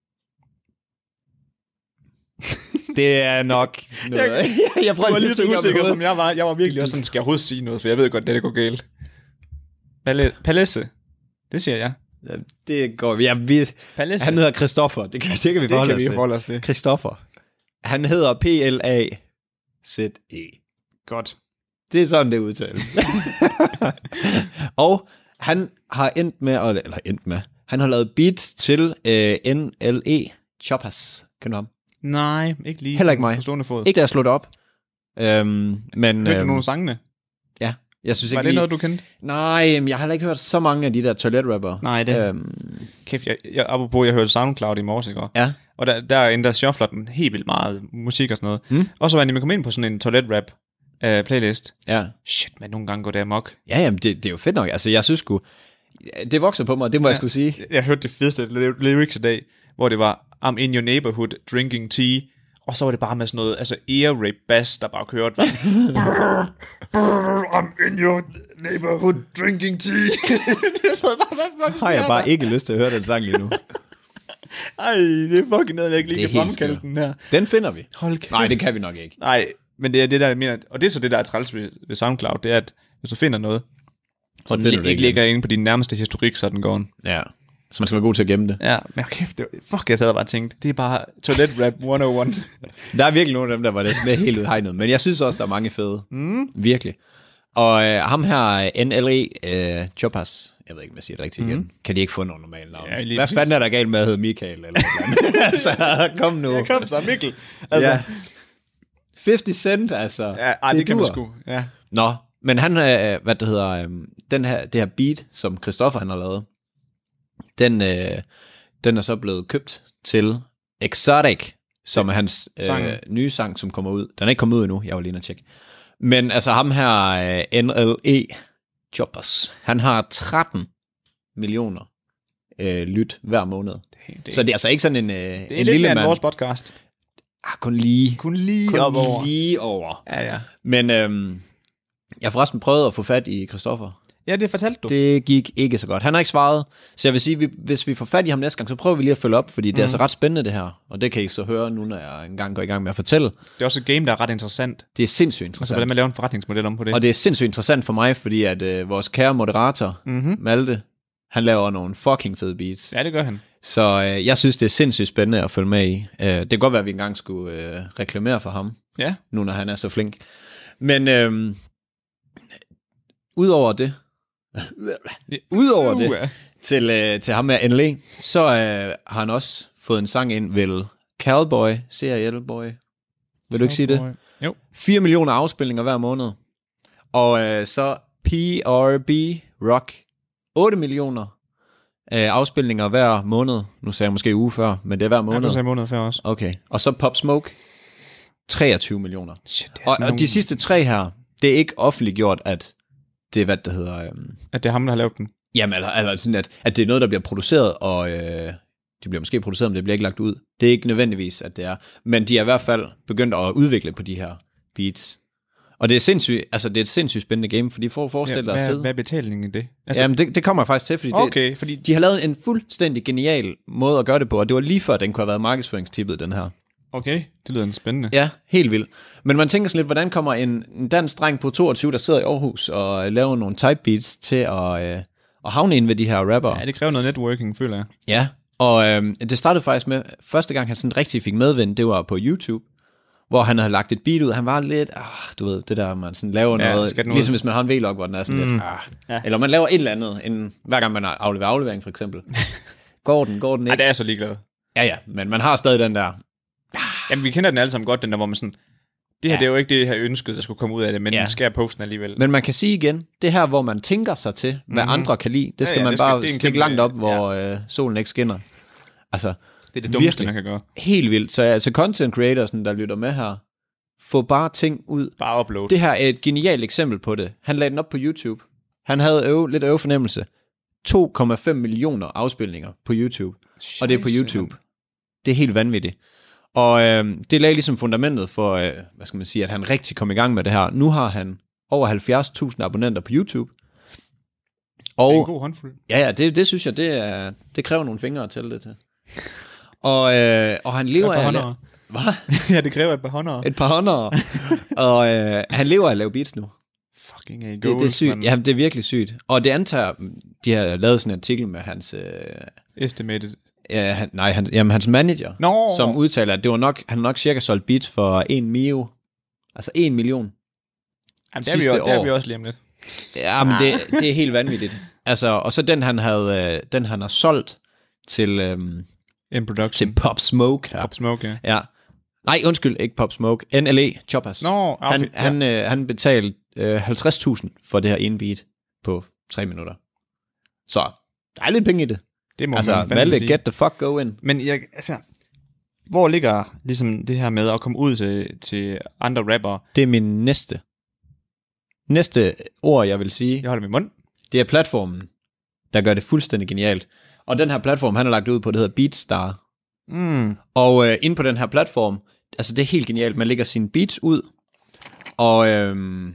C: det er nok noget. Jeg, jeg
B: Du var lige så
C: tænke om
B: usikker,
C: hovedet.
B: som jeg var. Jeg var virkelig også sådan, skal jeg overhovedet sige noget, for jeg ved godt, det der går galt. Pala- Palace. Det siger jeg.
C: Ja, Det går vi. Ja, vi
B: Palace.
C: han hedder Christoffer. Det kan, det kan vi
B: det
C: forholde
B: kan
C: os
B: vi
C: til.
B: forholde os til.
C: Christoffer. Han hedder P-L-A-Z-E.
B: Godt.
C: E. Det er sådan, det udtales. og han har endt med, eller eller endt med, han har lavet beats til øh, NLE Choppers. Kan du ham?
B: Nej, ikke lige.
C: Heller ikke mig.
B: På stående fod.
C: Ikke da jeg slog det op. Øhm, men
B: Hørte du nogle
C: øhm,
B: af sangene?
C: ja, jeg synes
B: Var
C: ikke
B: det
C: lige...
B: noget, du kendte?
C: Nej, men jeg har heller ikke hørt så mange af de der toiletrapper.
B: Nej, det-
C: Øhm,
B: kæft, jeg, jeg, apropos, jeg hørte SoundCloud i morges, ikke? Og-
C: Ja.
B: Og der, der ændrer shuffler den helt vildt meget, musik og sådan noget.
C: Mm.
B: Og så var man kom ind på sådan en toilet rap øh, playlist.
C: Ja.
B: Shit, man, nogle gange går det amok.
C: Ja, jamen, det, det er jo fedt nok. Altså, jeg synes sgu, det vokser på mig, det må ja. jeg skulle sige.
B: Jeg, jeg hørte det fedeste ly- lyrics i dag, hvor det var, I'm in your neighborhood drinking tea. Og så var det bare med sådan noget, altså ear rape bass, der bare kørte. I'm in your neighborhood drinking tea. jeg sad bare, hvad fuck
C: Har jeg bare ikke lyst til at høre den sang lige nu.
B: Ej, det er fucking noget, jeg ikke
C: Det
B: lige
C: er
B: kan
C: helt
B: fremkalde
C: skørt.
B: den her.
C: Den finder vi.
B: Hold kæft.
C: Nej, det kan vi nok ikke.
B: Nej, men det er det, der jeg mener. Og det er så det, der er træls ved, ved SoundCloud, det er, at hvis du finder noget, så og den
C: finder du det
B: ikke
C: igen.
B: ligger inde på din nærmeste historik, så er den går.
C: Ja. Så man skal være god til at gemme det.
B: Ja, men kæft, det, fuck, jeg sad og bare tænkte, det er bare oh toilet rap 101.
C: Der er virkelig nogle af dem, der var det sådan helt udhegnet, men jeg synes også, der er mange fede. Mm. Virkelig. Og øh, ham her, øh, NLE øh, Chopas, jeg ved ikke, om jeg siger det rigtigt igen. Kan de ikke få nogen normale navn?
B: Mm. Ja,
C: Ja,
B: lige
C: Hvad
B: præcis.
C: fanden er der galt med at hedde Michael? Eller noget altså, kom nu.
B: Kom så, Mikkel.
C: Altså. Ja. 50 Cent, altså.
B: ja ej, det, det kan man
C: dur.
B: sgu. Ja.
C: Nå, men han, øh, hvad det hedder, øh, den her, det her beat, som Christoffer han har lavet, den, øh, den er så blevet købt til Exotic, som er hans øh,
B: Sangen.
C: nye sang, som kommer ud. Den er ikke kommet ud endnu, jeg var lige inde og tjekke. Men altså ham her, øh, NLE Choppers, han har 13 millioner øh, lyt hver måned.
B: Det,
C: Det. Så det er altså ikke sådan en, øh,
B: det er
C: en
B: lidt
C: lille
B: mere end
C: mand.
B: vores podcast.
C: Ah, kun lige.
B: Kun lige
C: Kun
B: op over.
C: lige over.
B: Ja, ja.
C: Men øhm, jeg har forresten prøvet at få fat i Christoffer.
B: Ja, det fortalte du. Det,
C: Det gik ikke så godt. Han har ikke svaret, så jeg vil sige, vi- hvis vi får fat i ham næste gang, så prøver vi lige at følge op, fordi
B: Mm.
C: det er altså ret spændende det her, og det kan I så høre nu, når jeg engang går i gang med at fortælle.
B: det er også et game, der er ret interessant.
C: Det er sindssygt
B: Og så
C: interessant.
B: hvordan man laver en forretningsmodel om på det.
C: Og det er sindssygt interessant for mig, fordi at øh, vores kære moderator, mm-hmm. Malte, han laver nogle fucking fede beats.
B: Mhm. Ja, det gør han.
C: Så øh, jeg synes, det er sindssygt spændende at følge med i. Øh, det kan godt være, at vi engang skulle øh, reklamere for ham.
B: Ja.
C: nu når han er så flink. Men øhm, udover det, udover det,
B: Uha.
C: til, øh, til ham med NLE, så øh, har han også fået en sang ind, vel Cowboy, C-A-L-Boy, vil du ikke sige det?
B: Jo.
C: 4 millioner afspilninger hver måned. Og øh, så PRB Rock, 8 millioner øh, afspilninger hver måned. Nu sagde jeg måske uge før, men det er hver
B: Ja, du
C: måned.
B: sagde måned før også.
C: Okay, og så Pop Smoke, 23 millioner.
B: Shit, det er
C: Og,
B: sådan
C: og
B: Altså, nogle-
C: de sidste tre her, det er ikke offentliggjort, at det er, hvad det hedder, øhm,
B: At det er ham, der har lavet den.
C: jamen, eller, eller sådan, at, at det er noget, der bliver produceret, og øh, det bliver måske produceret, men det bliver ikke lagt ud. Det er ikke nødvendigvis, at det er. Men de er i hvert fald begyndt at udvikle på de her beats. Og det er sindssygt, altså det er et sindssygt spændende game, fordi for at forestille dig at
B: hvad,
C: sidde...
B: hvad er betalingen i det?
C: Altså, jamen, det, det kommer jeg faktisk til, fordi, det,
B: okay, fordi
C: de har lavet en fuldstændig genial måde at gøre det på, og det var lige før, den kunne have været markedsføringstippet, den her.
B: Okay, det lyder spændende.
C: Ja, helt vildt. Men man tænker sådan lidt, hvordan kommer en, en dansk dreng på 22, der sidder i Aarhus og øh, laver nogle type beats til at, øh, at havne ind ved de her rapper?
B: Ja,
C: Ja.
B: det kræver noget networking, føler jeg.
C: ja. Og øh, det startede faktisk med, første gang han sådan rigtig fik medvind, det var på YouTube, hvor han havde lagt et beat ud. Han var lidt, ah, du ved, det der, man sådan laver
B: Ja,
C: noget,
B: skal den ud?
C: ligesom hvis man har en vlog, hvor den er sådan mm. lidt, ah. ja. Eller man laver et eller andet, end, hver gang man afleverer aflevering for eksempel. går den, går den
B: Nej,
C: ikke?
B: det er jeg så ligeglad.
C: Ja, ja, men man har stadig den der,
B: Jamen, vi kender den alle sammen godt, den der, hvor man sådan... Det her, ja. det er jo ikke det, jeg har ønsket, der skulle komme ud af det, men
C: Ja.
B: ja. skal jeg poste den alligevel?
C: Men man kan sige igen, det her, hvor man tænker sig til, hvad mm-hmm. andre kan lide, det skal
B: Mhm. ja,
C: ja, man
B: det skal-
C: bare
B: det er en
C: stikke
B: kæmpe-
C: langt op, hvor ja. øh, solen ikke skinner. Altså,
B: det er det dummeste,
C: virkelig.
B: man kan gøre.
C: helt vildt. Så altså, content creatorsen, der lytter med her, få bare ting ud.
B: Bare upload. Det...
C: Det her er et genialt eksempel på det. Han lagde den op på YouTube. Han havde øve, lidt øve fornemmelse. 2,5 millioner afspilninger på YouTube. Scheisse, og det er på
B: Scheisse,
C: YouTube. Det er helt vanvittigt. Og øh, det lagde ligesom fundamentet for, øh, hvad skal man sige, at han rigtig kom i gang med det her. Nu har han over 70.000 abonnenter på YouTube. Og
B: Det er en god håndfuld.
C: ja, ja, det, det synes jeg, det, er, det kræver nogle fingre at tælle det til. Og, øh, og han lever
B: Et par
C: af... at
B: håndere.
C: la- Hvad?
B: ja, det kræver et par håndere.
C: Et par håndere. og øh, han lever af at lave beats nu.
B: Fucking a goals,
C: Det, det er sygt.
B: mand.
C: Jamen, det er virkelig sygt. Og det antager, de har lavet sådan en artikel med hans... Øh,
B: Estimated.
C: ja, han, nej, han, jamen, hans manager,
B: Nå!
C: som udtaler, at det var nok, han nok cirka solgt beats for en mio. Altså en million.
B: Jamen, der, er vi
C: sidste
B: jo, der er
C: år.
B: vi også lige om lidt.
C: Ja, men det, det er helt vanvittigt. Altså, og så den, han havde, øh, den, han har solgt til, øhm,
B: In production.
C: til Pop Smoke her.
B: Pop Smoke, ja.
C: Ja. Nej, undskyld, ikke Pop Smoke. NLE, Choppers.
B: Nå, okay.
C: han,
B: ja.
C: han, øh, han betalte øh, 50.000 for det her ene beat på 3 minutter. Så der er lidt penge i det.
B: Det må
C: Altså,
B: man fandme
C: Malte,
B: sige.
C: get the fuck go in.
B: Men jeg, altså, hvor ligger ligesom det her med at komme ud til, til andre rappere?
C: Det er min næste. Næste ord, jeg vil sige,
B: Jeg holder min mund.
C: det er platformen, der gør det fuldstændig genialt. Og den her platform, han har lagt ud på, det hedder Beatstar.
B: Mm.
C: Og øh, inde på den her platform, altså det er helt genialt, man lægger sine beats ud, og øhm,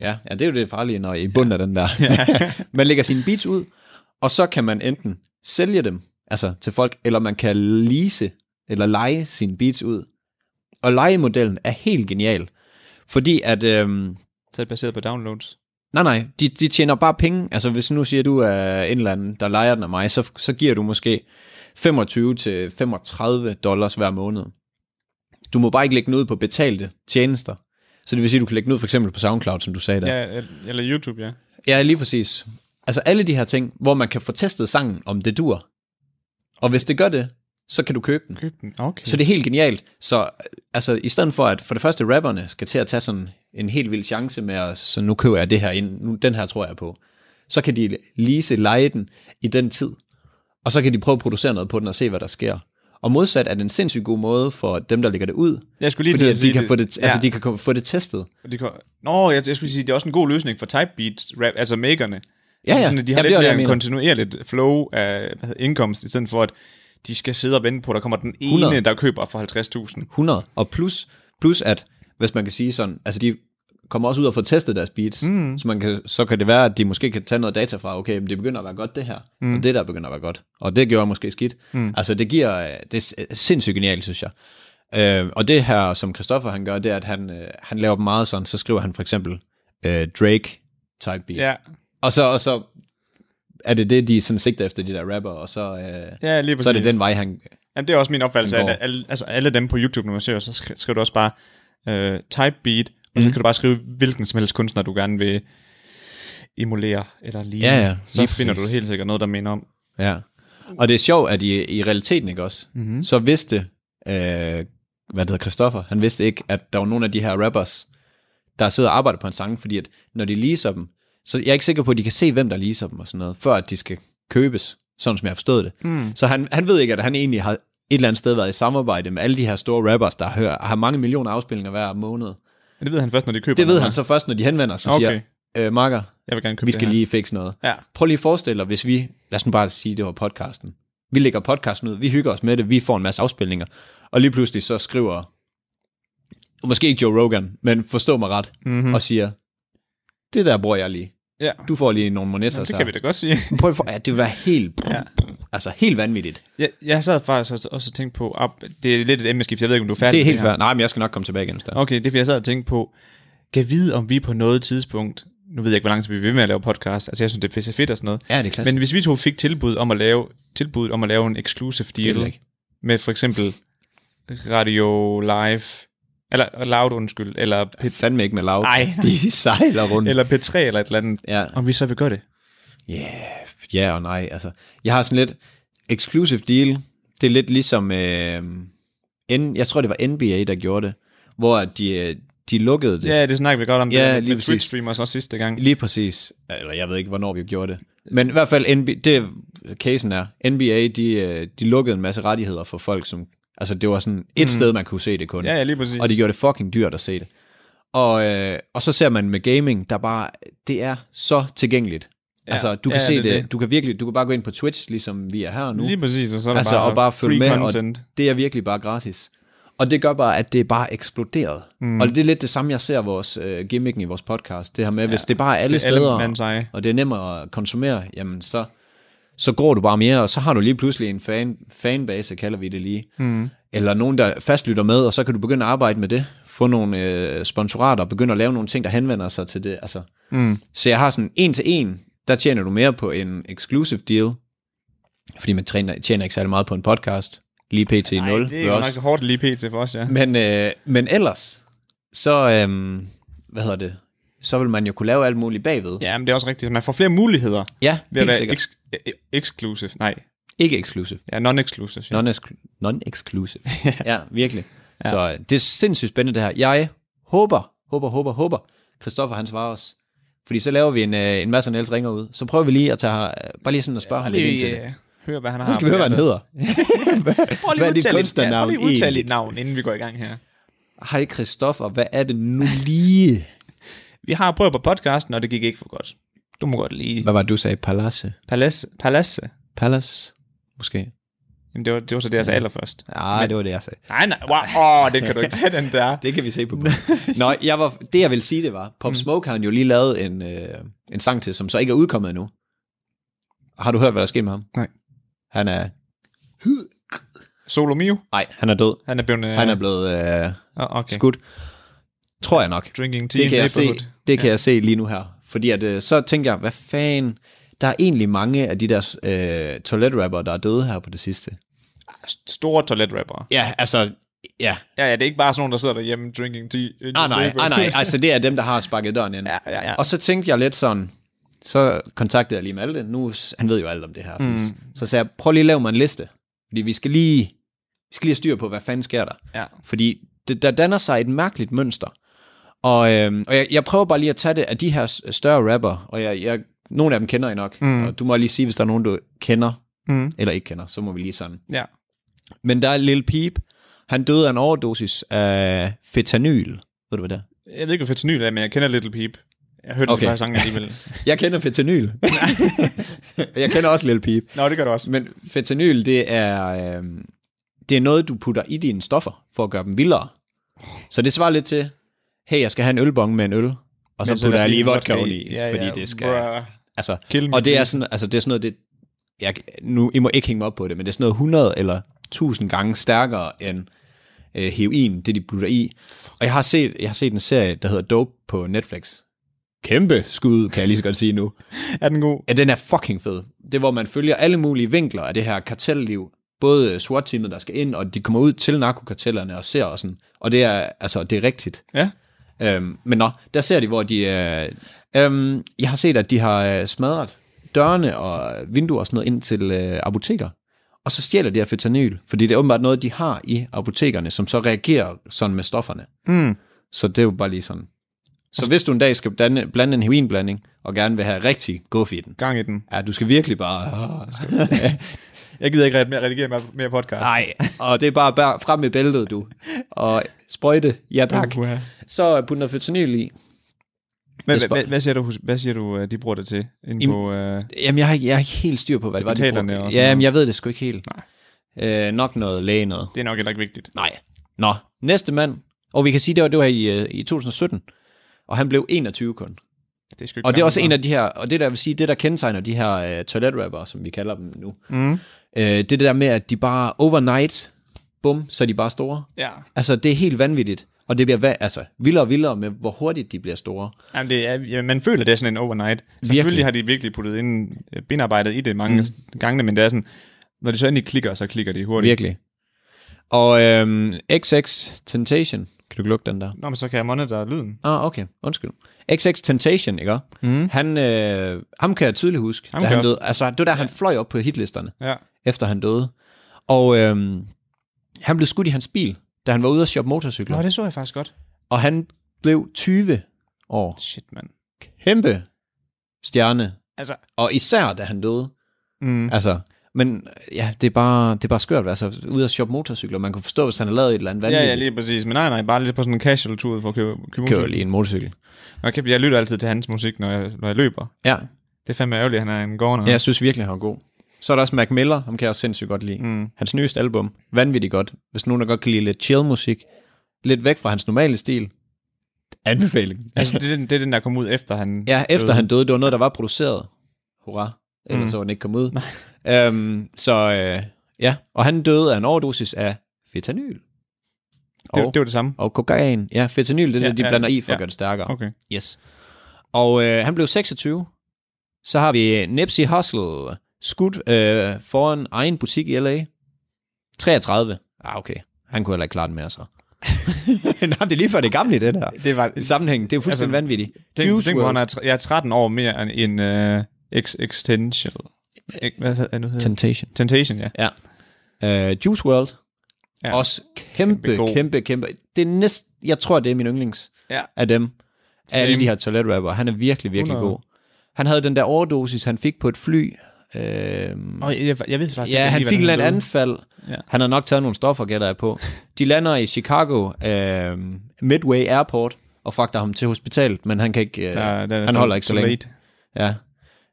C: ja, ja, det er jo det farlige, når I er i bunden af den der. man lægger sine beats ud, og så kan man enten sælge dem, altså til folk, eller man kan lease, eller lege sine beats ud. Og legemodellen er helt genial, fordi at, øhm,
B: Så er det baseret på downloads.
C: nej nej, de, de tjener bare penge. Altså hvis nu siger du er en eller anden, der leger den af mig, så, så giver du måske 25 til 35 dollars hver måned. Du må bare ikke lægge den ud på betalte tjenester. Så det vil sige, at du kan lægge den ud for eksempel på SoundCloud, som du sagde der.
B: Ja, el- eller YouTube, ja.
C: Ja, lige præcis. Altså alle de her ting, hvor man kan få testet sangen, om det dur. Og hvis det gør det, så kan du købe den.
B: Køb den. Okay.
C: Så det er helt genialt. Så altså, i stedet for, at for det første rapperne skal til at tage sådan en helt vild chance med, at så nu køber jeg det her ind, nu, den her tror jeg på, så kan de lease lege den i den tid, og så kan de prøve at producere noget på den og se, hvad der sker. Og modsat er det en sindssygt god måde for dem, der lægger det ud,
B: jeg skulle lige
C: fordi
B: til at
C: at de
B: sige
C: kan,
B: det.
C: få det, altså,
B: Ja.
C: de kan komme- få det testet.
B: De kan... Nå, jeg, jeg skulle sige, det er også en god løsning for typebeat rap, altså makerne.
C: Ja, ja.
B: Sådan, at de har
C: Jamen, det er
B: lidt
C: det,
B: mere
C: jeg
B: en
C: mener.
B: kontinuerligt flow af hvad hedder, indkomst, i stedet for at de skal sidde og vente på, at der kommer den ene,
C: 100.
B: der køber for 50.000.
C: 100. Og plus, plus at, hvis man kan sige sådan, altså de kommer også ud og får testet deres beats, mm. så, man kan, så kan det være, at de måske kan tage noget data fra, okay, men det begynder at være godt det her, mm. og det der begynder at være godt, og det gjorde måske skidt. Mm. Altså det giver, øh, det er s- sindssygt genialt, synes jeg. Øh, og det her, som Christoffer han gør, det er, at han, øh, han laver dem meget sådan, så skriver han for eksempel øh, Drake type beat,
B: Ja,
C: og, så, og så er det det, de sådan sigter efter, de der rapper, og så, øh,
B: ja lige præcis.
C: så er det den vej, han...
B: Jamen, det er også min opfattelse,
C: Den
B: at
C: går.
B: alle, altså, alle dem på YouTube, når man søger, så skri- skriver du også bare øh, typebeat, og
C: Mhm.
B: så kan du bare skrive, hvilken som helst kunstner, du gerne vil emulere eller ligne.
C: Ja, ja,
B: så
C: lige
B: finder
C: præcis.
B: du helt sikkert noget, der minder om.
C: Ja. Og det er sjovt, at i, i realiteten, ikke også, mm-hmm. så vidste, øh, hvad det hedder, Christoffer, han vidste ikke, at der var nogle af de her rappers, der sidder og arbejder på en sang, fordi at når de leaser dem, så jeg er ikke sikker på, at de kan se, hvem der leaser dem og sådan noget, før at de skal købes, sådan som jeg har forstået det. Mm. Så han, han ved ikke, at han egentlig har et eller andet sted været i samarbejde med alle de her store rappers, der hører, har mange millioner afspilninger hver måned.
B: Men det ved han først, når de køber
C: Det ved
B: den her.
C: han så først, når de henvender sig og
B: Okay.
C: siger, øh, Marker,
B: Jeg vil gerne købe
C: vi
B: det
C: skal
B: her.
C: lige fikse noget.
B: Ja.
C: Prøv lige at forestille dig, hvis vi, lad os nu bare sige, det var podcasten. Vi lægger podcasten ud, vi hygger os med det, vi får en masse afspilninger, og lige pludselig så skriver, måske ikke Joe Rogan, men forstå mig ret,
B: Mm.
C: mm-hmm. og siger, det der bruger jeg lige.
B: Mhm. ja.
C: Du får lige nogle monetter.
B: Det kan vi da godt sige.
C: Prøv at for, ja, det vil være helt, ja. altså helt vanvittigt.
B: Jeg, jeg sad faktisk også- også og tænkte på, op, det er lidt et emneskift, jeg ved ikke, om du er færdig
C: Det er
B: med
C: helt
B: her.
C: fair. Nej, men jeg skal nok komme tilbage igen. Stan.
B: Okay, det er fordi, jeg sad og tænkte på, kan vide, om vi på noget tidspunkt, nu ved jeg ikke, hvor lang tid vi er ved med at lave podcast, altså jeg synes, det er pisse fedt og sådan noget,
C: Ja, det er klasse.
B: men hvis vi to fik tilbud om at lave, tilbud om at lave en exclusive
C: vil jeg
B: deal
C: ikke.
B: med for eksempel Radio Live, eller Loud, undskyld, eller, P-
C: Fandme ikke med lav.
B: Ej.
C: de sejler rundt.
B: eller P3 eller et eller andet,
C: Ja.
B: om vi så vil gøre det.
C: Ja, yeah, ja yeah og nej. Altså, jeg har sådan lidt exclusive deal. Det er lidt ligesom, øh, N, jeg tror det var NBA, der gjorde det, hvor at de, øh, de lukkede det.
B: Ja, det snakker vi godt om,
C: Ja,
B: det,
C: lige
B: med
C: præcis.
B: Twitch streamers også sidste gang.
C: Lige præcis. Eller jeg ved ikke, hvornår vi gjorde det. Men i hvert fald, NBA, det casen er, NBA, de, øh, de lukkede en masse rettigheder for folk, som, altså det var sådan et mm. sted, man kunne se det kun.
B: Ja, ja, lige præcis.
C: Og det gjorde det fucking dyrt at se det. Og, øh, og så ser man med gaming, der bare, det er så tilgængeligt. Ja, altså, du kan
B: ja,
C: se
B: det
C: det,
B: er
C: det,
B: det.
C: du kan virkelig, du kan bare gå ind på Twitch, ligesom vi er her nu.
B: Lige præcis, og så er der
C: altså,
B: bare,
C: og bare
B: free
C: følge med,
B: content.
C: og det er virkelig bare gratis. Og det gør bare, at det er bare eksploderet. Mm. Og det er lidt det samme, jeg ser vores øh, gimmicken i vores podcast. Det her med, ja, hvis det bare er alle
B: det er alle
C: steder,
B: mands eje.
C: og det er nemmere at konsumere, jamen så, så gror du bare mere, og så har du lige pludselig en fan, fanbase, kalder vi det lige. Mm. Eller nogen, der fastlytter med, og så kan du begynde at arbejde med det. Få nogle øh, sponsorater, begynde at lave nogle ting, der henvender sig til det. Altså, mm. Så jeg har sådan en til en, der tjener du mere på en exclusive deal, fordi man tjener, tjener ikke særlig meget på en podcast. Lige pt. 0.
B: Ej, det er jo nok hårdt lige pt for os, ja.
C: Men, øh, men ellers, så, øhm, hvad hedder det, så vil man jo kunne lave alt muligt bagved.
B: Ja, men det er også rigtigt. Man får flere muligheder
C: ja
B: ved at
C: helt
B: være
C: sikkert.
B: eks- e- exclusive. Nej,
C: Ikke exclusive.
B: ja, non-exclusive. Ja.
C: Non-exclu- Non-exclusive. ja, virkelig. Ja. Så øh, det er sindssygt spændende det her. Jeg håber, håber, håber, håber, Christoffer han svarer os. Fordi så laver vi en, øh, en masse Niels ringer ud. Så prøver vi lige at tage, øh, bare lige sådan at spørge ja, ham lidt ind til det.
B: høre, hvad han har.
C: Så skal vi høre, hvad han hedder.
B: Prøv lige
C: Hvad er
B: at udtale
C: dit
B: dit- ja,
C: kunstnernavn
B: Prøv lige at udtale
C: egentlig?
B: dit navn, inden vi går i gang her.
C: Hej Christoffer, hvad er det nu lige?
B: Vi har prøvet på podcasten, og det gik ikke for godt. Du må godt lige...
C: Hvad var det, du sagde? Palace?
B: Palace. Palace.
C: Palace? Måske.
B: Jamen, det, var, det var så det, jeg sagde allerførst.
C: Nej, Ah, det var det, jeg sagde.
B: Nej, nej. Wow. Åh, oh, den kan du ikke tage, den der.
C: Det kan vi se på. Nå, jeg var, det jeg ville sige, det var, Pop Smoke har han jo lige lavet en, øh, en sang til, som så ikke er udkommet endnu. Har du hørt, hvad der er sket med ham?
B: Nej.
C: Han er...
B: Solo Mio,
C: Nej, han er død.
B: han er blevet... Øh,
C: Han er blevet øh,
B: Åh, okay.
C: skudt. Tror jeg nok.
B: Drinking tea
C: Det kan,
B: in
C: jeg se,
B: neighborhood.
C: det kan jeg se lige nu her. Fordi at, øh, så tænker jeg, hvad fanden... Der er egentlig mange af de der øh, toiletrapper, der er døde her på det sidste.
B: Store toiletrapper.
C: Ja, altså... Ja,
B: Ja, ja, det er ikke bare sådan nogen, der sidder derhjemme drinking tea. in
C: Ah,
B: the
C: nej, ah,
B: neighborhood.
C: nej, altså det er dem, der har sparket døren ind.
B: Ja, ja, ja.
C: Og så tænkte jeg lidt sådan, så kontaktede jeg lige Malte, nu, han ved jo alt om det her. Mm. Så sagde jeg, prøv lige at lave mig en liste, fordi vi skal lige, vi skal lige have styr på, hvad fanden sker der.
B: Ja.
C: Fordi det, der danner sig et mærkeligt mønster. Og, øhm, og jeg, jeg prøver bare lige at tage det af de her s- større rapper, og jeg, jeg, nogle af dem kender I nok, mm. og du må lige sige, hvis der er nogen, du kender,
B: Mm.
C: eller ikke kender, så må vi lige sådan.
B: Ja.
C: Men der er Lil Peep, han døde af en overdosis af fentanyl. Ved du, hvad det er?
B: Jeg ved ikke, hvad fentanyl er, men jeg kender Little Peep. Jeg hørte okay.
C: Okay.
B: den fra sangen alligevel.
C: Jeg kender fentanyl. jeg kender også Lil Peep.
B: Nå, det gør du også.
C: Men fentanyl, det er, øh, det er noget, du putter i dine stoffer, for at gøre dem vildere. Så det svarer lidt til, hey, jeg skal have en ølbong med en øl, og så
B: Men
C: putter
B: lad os
C: jeg lige vodka
B: vodka
C: oveni, i,
B: Ja,
C: fordi
B: ja,
C: det skal...
B: bruh.
C: Altså,
B: Kill me,
C: og det er,
B: please.
C: sådan, altså, det er sådan noget, det, jeg, nu, I må ikke hænge mig op på det, men det er sådan noget 100 eller 1000 gange stærkere end øh, heroin, det de putter i. Og jeg har, set, jeg har set en serie, der hedder Dope på Netflix. Kæmpe skud, kan jeg lige så godt sige nu.
B: Er den god?
C: Ja, den er fucking fed. Det er, hvor man følger alle mulige vinkler af det her kartelliv. Både øh, SWAT-teamet, der skal ind, og de kommer ud til narkokartellerne og ser og sådan. Og det er, altså, det er rigtigt.
B: Ja.
C: Øhm, men nå, der ser de, hvor de... Øh, øhm, jeg har set, at de har øh, smadret dørene og vinduer og sådan noget ind til øh, apoteker. Og så stjæler de her fentanyl, fordi det er åbenbart noget, de har i apotekerne, som så reagerer sådan med stofferne.
B: Mm.
C: Så det er jo bare lige sådan. Så hvis du en dag skal danne, blande en heroinblanding, og gerne vil have rigtig guff i den,
B: Gang i den.
C: Ja, du skal virkelig bare...
B: Jeg gider ikke ret mere redigere mere, mere podcast.
C: Nej, og det er bare bær, frem med bæltet, du. Og sprøjte, ja tak.
B: Uha.
C: Så put noget fentanyl i.
B: Hvad,
C: Det er sp-
B: hvad, hvad, siger du, hvad siger du, øh, de bruger det til? Inde
C: Im-
B: på, øh,
C: Jamen, jeg har, ikke- jeg har ikke helt styr på, hvad det var, de
B: Hospitalerne og
C: brugte.
B: sådan noget.
C: Jamen, jeg ved det sgu ikke helt. Nej. Øh, nok noget læge noget.
B: det er nok heller ikke vigtigt.
C: Nej. Nå, næste mand. Og vi kan sige, det var, det var i, øh, i 2017. Og han blev 21 kun.
B: Det er sgu ikke
C: Og det
B: gammelt,
C: er også en
B: hva'?
C: af de her, og det der jeg vil sige, det der kendetegner de her uh, toiletrapper, som vi kalder dem nu,
B: Mm.
C: øh, det er det der med, at de bare overnight, bum, så er de bare store.
B: Ja,
C: Altså, det er helt vanvittigt. Og det bliver va- altså, vildere og vildere med, hvor hurtigt de bliver store.
B: Jamen, det er, ja, man føler, det er sådan en overnight. Selvfølgelig har de virkelig puttet ind, øh, benarbejdet i det mange mm. gange, men det er sådan, når de så endelig klikker, så klikker de hurtigt.
C: Virkelig. Og øhm, XX Temptation. Kan du lukke den der?
B: Nå, men så kan jeg monitor lyden.
C: Ah, okay. Undskyld. XX Temptation, ikke? Mm. Han, øh, ham kan jeg tydeligt huske,
B: Mhm. Ham
C: da
B: kan
C: han
B: jeg
C: døde. Altså, det var der, han fløj op på hitlisterne,
B: Ja.
C: efter han døde. Og øhm, han blev skudt i hans bil, da han var ude at shoppe motorcykler.
B: det så jeg faktisk godt.
C: Og han blev 20 år.
B: Shit, mand.
C: Kæmpe stjerne.
B: Altså,
C: Og især, da han døde.
B: mm,
C: Altså, men ja, det er bare, det er bare skørt. Altså, ude at shoppe motorcykler, man kunne forstå, hvis han havde lavet et eller andet
B: ja,
C: vanvittigt.
B: ja, lige præcis. Men nej, nej, bare lige på sådan en casual tur for at købe, købe
C: Kører
B: musik.
C: lige en motorcykel.
B: Og kæft, jeg lytter altid til hans musik, når jeg, når jeg løber.
C: Ja,
B: Det er fandme ærgerligt, at han er en gårdner.
C: ja, jeg synes virkelig, han er god. Så er der også Mac Miller, ham kan jeg også sindssygt godt lide.
B: Mm.
C: Hans nyeste album, vanvittigt godt. Hvis nogen, der godt kan lide lidt chill musik, lidt væk fra hans normale stil. Anbefaling.
B: Altså, det er, den, det er den, der kom ud efter han...
C: Ja, efter
B: døde.
C: han døde, det var noget, der var produceret. Hurra. Ellers
B: Øhm.
C: mm.
B: Mm.
C: så var den ikke kommet ud. øhm, så øh, ja, og han døde af en overdosis af fentanyl.
B: Det, det var det samme.
C: Og kokain. Ja, fentanyl, det er
B: Ja,
C: det, de
B: ja,
C: blander i for at
B: ja.
C: gøre det stærkere.
B: Okay.
C: Yes. Og øh, han blev 26. Så har vi øh, Nipsey Hussle, skudt øh, foran egen butik i L.A. 33. Ah, okay. Han kunne heller ikke klare den mere, så. Nej, det er lige før det gamle, det der.
B: Det var...
C: Sammenhængen, det er fuldstændig altså, vanvittigt.
B: Tænk,
C: Juice
B: tænk på, han
C: WRLD.
B: er, tre- jeg er 13 år mere end en uh, X Extension. Ik- Hvad hedder nu hedder? det?
C: Temptation.
B: Temptation, ja.
C: Uh, Juice World. Ja.
B: Ja.
C: Også kæmpe,
B: Kæmpe
C: kæmpe,
B: god.
C: kæmpe, kæmpe. Det er næst, jeg tror, det er min yndlings
B: Ja.
C: af dem. Af
B: Same.
C: alle de her toiletrapper. Han er virkelig, virkelig
B: 100.
C: god. Han havde den der overdosis, han fik på et fly. Øhm,
B: Nå, jeg, jeg ved faktisk
C: ja,
B: ikke
C: han
B: lige,
C: fik
B: hvordan
C: et eller andet
B: lød.
C: anfald.
B: Ja.
C: Ja. Han havde nok taget nogle stoffer, gætter jeg på. De lander i Chicago øh, Midway Airport og fragter ham til hospitalet, men han kan ikke... Øh, ja.
B: Der, der,
C: Han
B: der-
C: holder ikke så
B: der-
C: længe.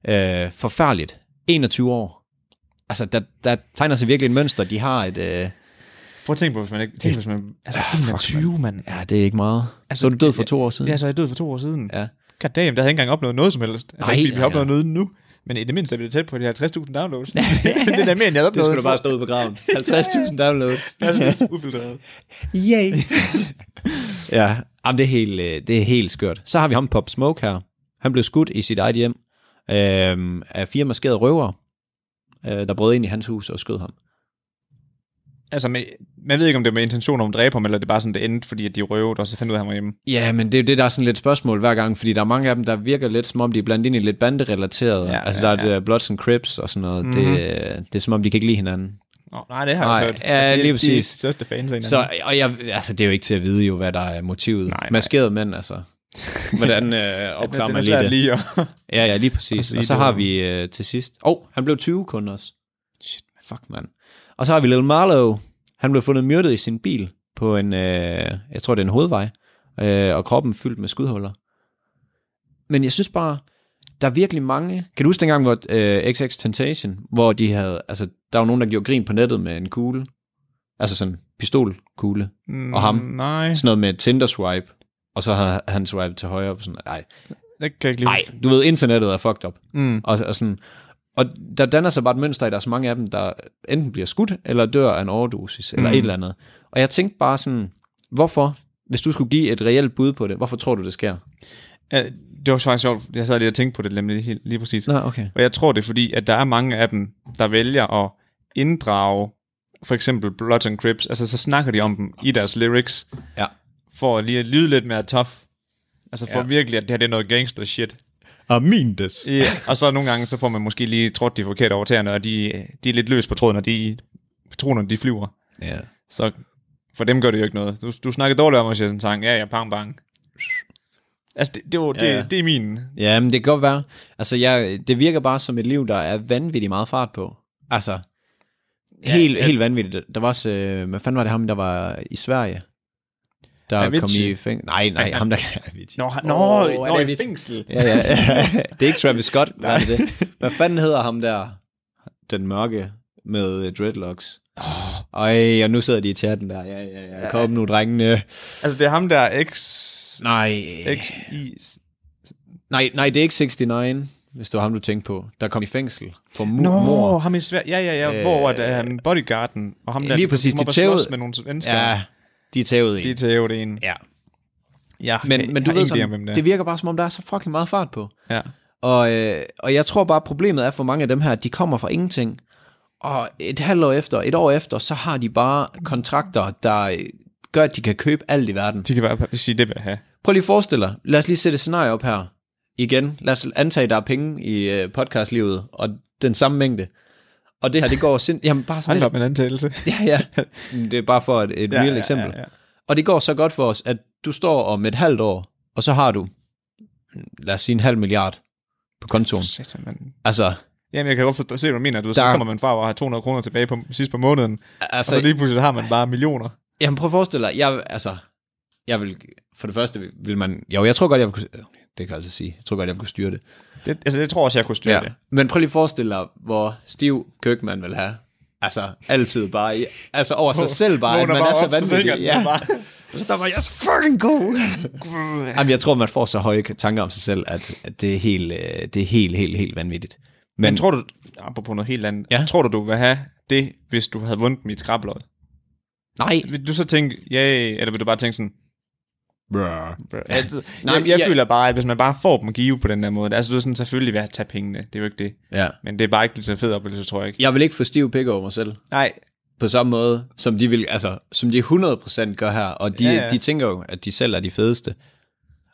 C: ja. Øh, forfærdeligt. 21 år. Altså, der, der tegner sig virkelig et mønster. De har et... Øh, ja,
B: Prøv at tænke på, hvis man ikke... Tænk, hvis man... Altså,
C: Ah,
B: 21, mand.
C: det er ikke meget.
B: Altså,
C: Altså, så er du død for
B: ja,
C: to år siden.
B: Ja, så er jeg død for to år siden.
C: Ja.
B: God damn, der havde jeg ikke engang opnået noget som helst. Altså, nej,
C: Nej,
B: vi, vi har
C: nej,
B: opnået noget nu. Men i det mindste er vi da tæt på de 50.000 downloads. det er da mere, end jeg havde opnået.
C: stå ud på graven. 50.000 downloads.
B: Altså, ufiltreret.
C: Yay. ja, jamen, det, er helt, øh, det er helt skørt. Så har vi ham Pop Smoke her. Han blev skudt i sit eget hjem øh, af fire maskerede røvere, øh, der brød ind i hans hus og skød ham.
B: Altså, med, man ved ikke, om det var med intention om at dræbe ham, eller det er bare sådan, det endte, fordi at de røvede, og så fandt ud af, at han var hjemme.
C: Ja, men det er jo det, der er sådan lidt spørgsmål hver gang, fordi der er mange af dem, der virker lidt som om, de er blandt ind i lidt banderelateret.
B: Ja,
C: Ja, altså,
B: ja,
C: der er ja. Bloods and Crips og sådan noget. Mm-hmm. Det, det er som om, de kan ikke lide hinanden.
B: Nå, nej, det har jeg
C: Nej,
B: også hørt. At
C: ja,
B: de-
C: lige
B: de er
C: præcis.
B: De største fans af hinanden.
C: Så, og jeg, altså, det er jo ikke til at vide jo, hvad der er motivet.
B: Nej, nej.
C: Maskerede mænd, altså. Hvordan øh,
B: det,
C: opklarer
B: det
C: man
B: er
C: lige det?
B: svært lige at...
C: Ja, ja, lige
B: Og
C: præcis.
B: sige,
C: Og
B: Altså,
C: så
B: det
C: har
B: var-
C: vi øh, til sidst... Åh, oh, han blev 20 kun også.
B: Shit,
C: Fuck, mand. Og så har vi Lil Marlow. Han blev fundet myrdet i sin bil på en, øh, jeg tror det er en hovedvej, øh, og kroppen fyldt med skudhuller. Men jeg synes bare, der er virkelig mange... Kan du huske dengang, hvor øh, XX Temptation, hvor de havde... Altså, der var nogen, der gjorde grin på nettet med en kugle. Altså sådan en pistolkugle.
B: Mm,
C: Og ham.
B: Nej,
C: Sådan noget med Tinder swipe. Og så havde han swipet til højre. og Sådan, nej,
B: det kan jeg ikke lige.
C: nej, du ved, internettet er fucked up.
B: Mm.
C: Og, og, sådan, og der danner sig bare et mønster i, der er så mange af dem, der enten bliver skudt, eller dør af en overdosis, eller
B: Mm.
C: et eller andet. Og jeg tænkte bare sådan, hvorfor, hvis du skulle give et reelt bud på det, hvorfor tror du, det sker?
B: Ja, det var faktisk sjovt. Jeg sad lige og tænkte på det nemlig helt, lige præcis.
C: Nå, okay.
B: Og jeg tror, det er fordi, at der er mange af dem, der vælger at inddrage for eksempel Bloods and Crips. Altså, så snakker de om dem i deres lyrics,
C: Ja.
B: for lige at lyde lidt mere tough. Altså for ja.
C: Ja.
B: virkelig, at det her det er noget gangster shit.
C: I mean this.
B: Ja. og så nogle gange, så får man måske lige trådt de forkerte over tæerne, og de, de er lidt løs på tråden, og de, patronerne de flyver.
C: Ja.
B: Så for dem gør det jo ikke noget. Du, du snakkede dårligt om os i den sang. Ja, ja, bang, bang. Altså, det, det, var, det,
C: Ja,
B: ja.
C: ja.
B: det er min.
C: ja, men det kan godt være. Altså, jeg, det virker bare som et liv, der er vanvittigt meget fart på. Altså,
B: Ja,
C: helt,
B: ja.
C: helt vanvittigt. Der var også, øh, hvad fanden var det ham, der var i Sverige? Der
B: Avicii.
C: kom i fængsel. Nej, nej,
B: Ja, ja.
C: ham der... Avicii.
B: Nå, han-
C: Åh,
B: nå,
C: er
B: oh, nå
C: det
B: i
C: vildt.
B: fængsel.
C: Ja, ja. det er ikke Travis Scott, hvad er det? Hvad fanden hedder ham der? Den mørke med øh, dreadlocks. Oh. Ej, og nu sidder de i chatten der. Ja, ja, ja. Kom nu, drengene.
B: Altså, det er ham der, X...
C: Nej.
B: X I...
C: Nej, nej, det er ikke 69, hvis det var ham, du tænkte på. Der kom i fængsel for mu-
B: Nå,
C: mor.
B: ham i Sverige. Ja, ja, ja, øh,
C: Øh,
B: hvor er han bodyguarden, og ham der...
C: lige præcis,
B: de
C: de tævede-
B: med nogle svensker.
C: Ja, de er taget
B: De
C: i.
B: tævede en.
C: Ja.
B: Ja, okay.
C: Men, men du
B: Jeg har ingen idé
C: ved
B: om,
C: sådan,
B: hvem
C: det,
B: det, er.
C: virker bare, som om der er så fucking meget fart på.
B: Ja.
C: Og, øh, og jeg tror bare, problemet er for mange af dem her, at de kommer fra ingenting. Og et halvt år efter, et år efter, så har de bare kontrakter, der øh, gør, at de kan købe alt i verden.
B: De kan bare sige, det vil jeg have.
C: Prøv lige at forestille dig. Lad os lige sætte et scenarie op her. Igen, lad os antage, der er penge i øh, podcastlivet, og den samme mængde. Og det her, det går sind... Jamen, bare sådan
B: Hold
C: lidt-
B: op med en antagelse.
C: Ja, ja. Men Det er bare for et, et ja, real eksempel.
B: Ja, ja,
C: Og det går så godt for os, at du står om et halvt år, og så har du, lad os sige, en halv milliard på kontoen.
B: ja. Satan, mand.
C: Altså,
B: Jamen, jeg kan godt forstå, se, hvad du mener. Du, ved, så
C: Der-
B: kommer man fra og har 200 kroner tilbage på, sidst på måneden, altså,
C: altså
B: og så lige pludselig har man bare millioner.
C: Jamen prøv at forestille dig, jeg, altså, jeg vil, for det første vil man, jo, jeg tror godt, jeg vil kunne, øh, det kan jeg altså sige, jeg tror godt, jeg vil kunne styre det.
B: Det, altså, det tror jeg også, jeg kunne styre ja. det.
C: Men prøv lige at forestille dig, hvor stiv Køkman vil have. Altså, altid bare, i- altså over sig selv bare, at
B: Vågner
C: man
B: bare
C: er så
B: op, så tænker
C: vanvittig.
B: den
C: Ja.
B: bare.
C: Så står man, jeg er så fucking god. Jamen, jeg tror, man får så høje tanker om sig selv, at, at det, er helt, øh, det er helt, helt, helt vanvittigt.
B: Men tror du, apropos noget helt andet, ja.
C: Ja.
B: tror du, du vil have det, hvis du havde vundet mit skrablod?
C: nej,
B: Vil du så tænke, ja, yeah, eller vil du bare tænke sådan, Brr. Altså, jeg,
C: Nej, men
B: jeg, jeg,
C: jeg-
B: føler bare, at hvis man bare får dem give på den der måde, altså du er sådan selvfølgelig ved at tage pengene, det er jo ikke det.
C: ja.
B: Men det er bare ikke lige så fed oplevelse, tror jeg ikke.
C: jeg vil ikke få stiv pik over mig selv.
B: Nej,
C: på samme måde, som de, vil, altså, som de 100% gør her, og de,
B: Ja, ja.
C: de tænker jo, at de selv er de fedeste.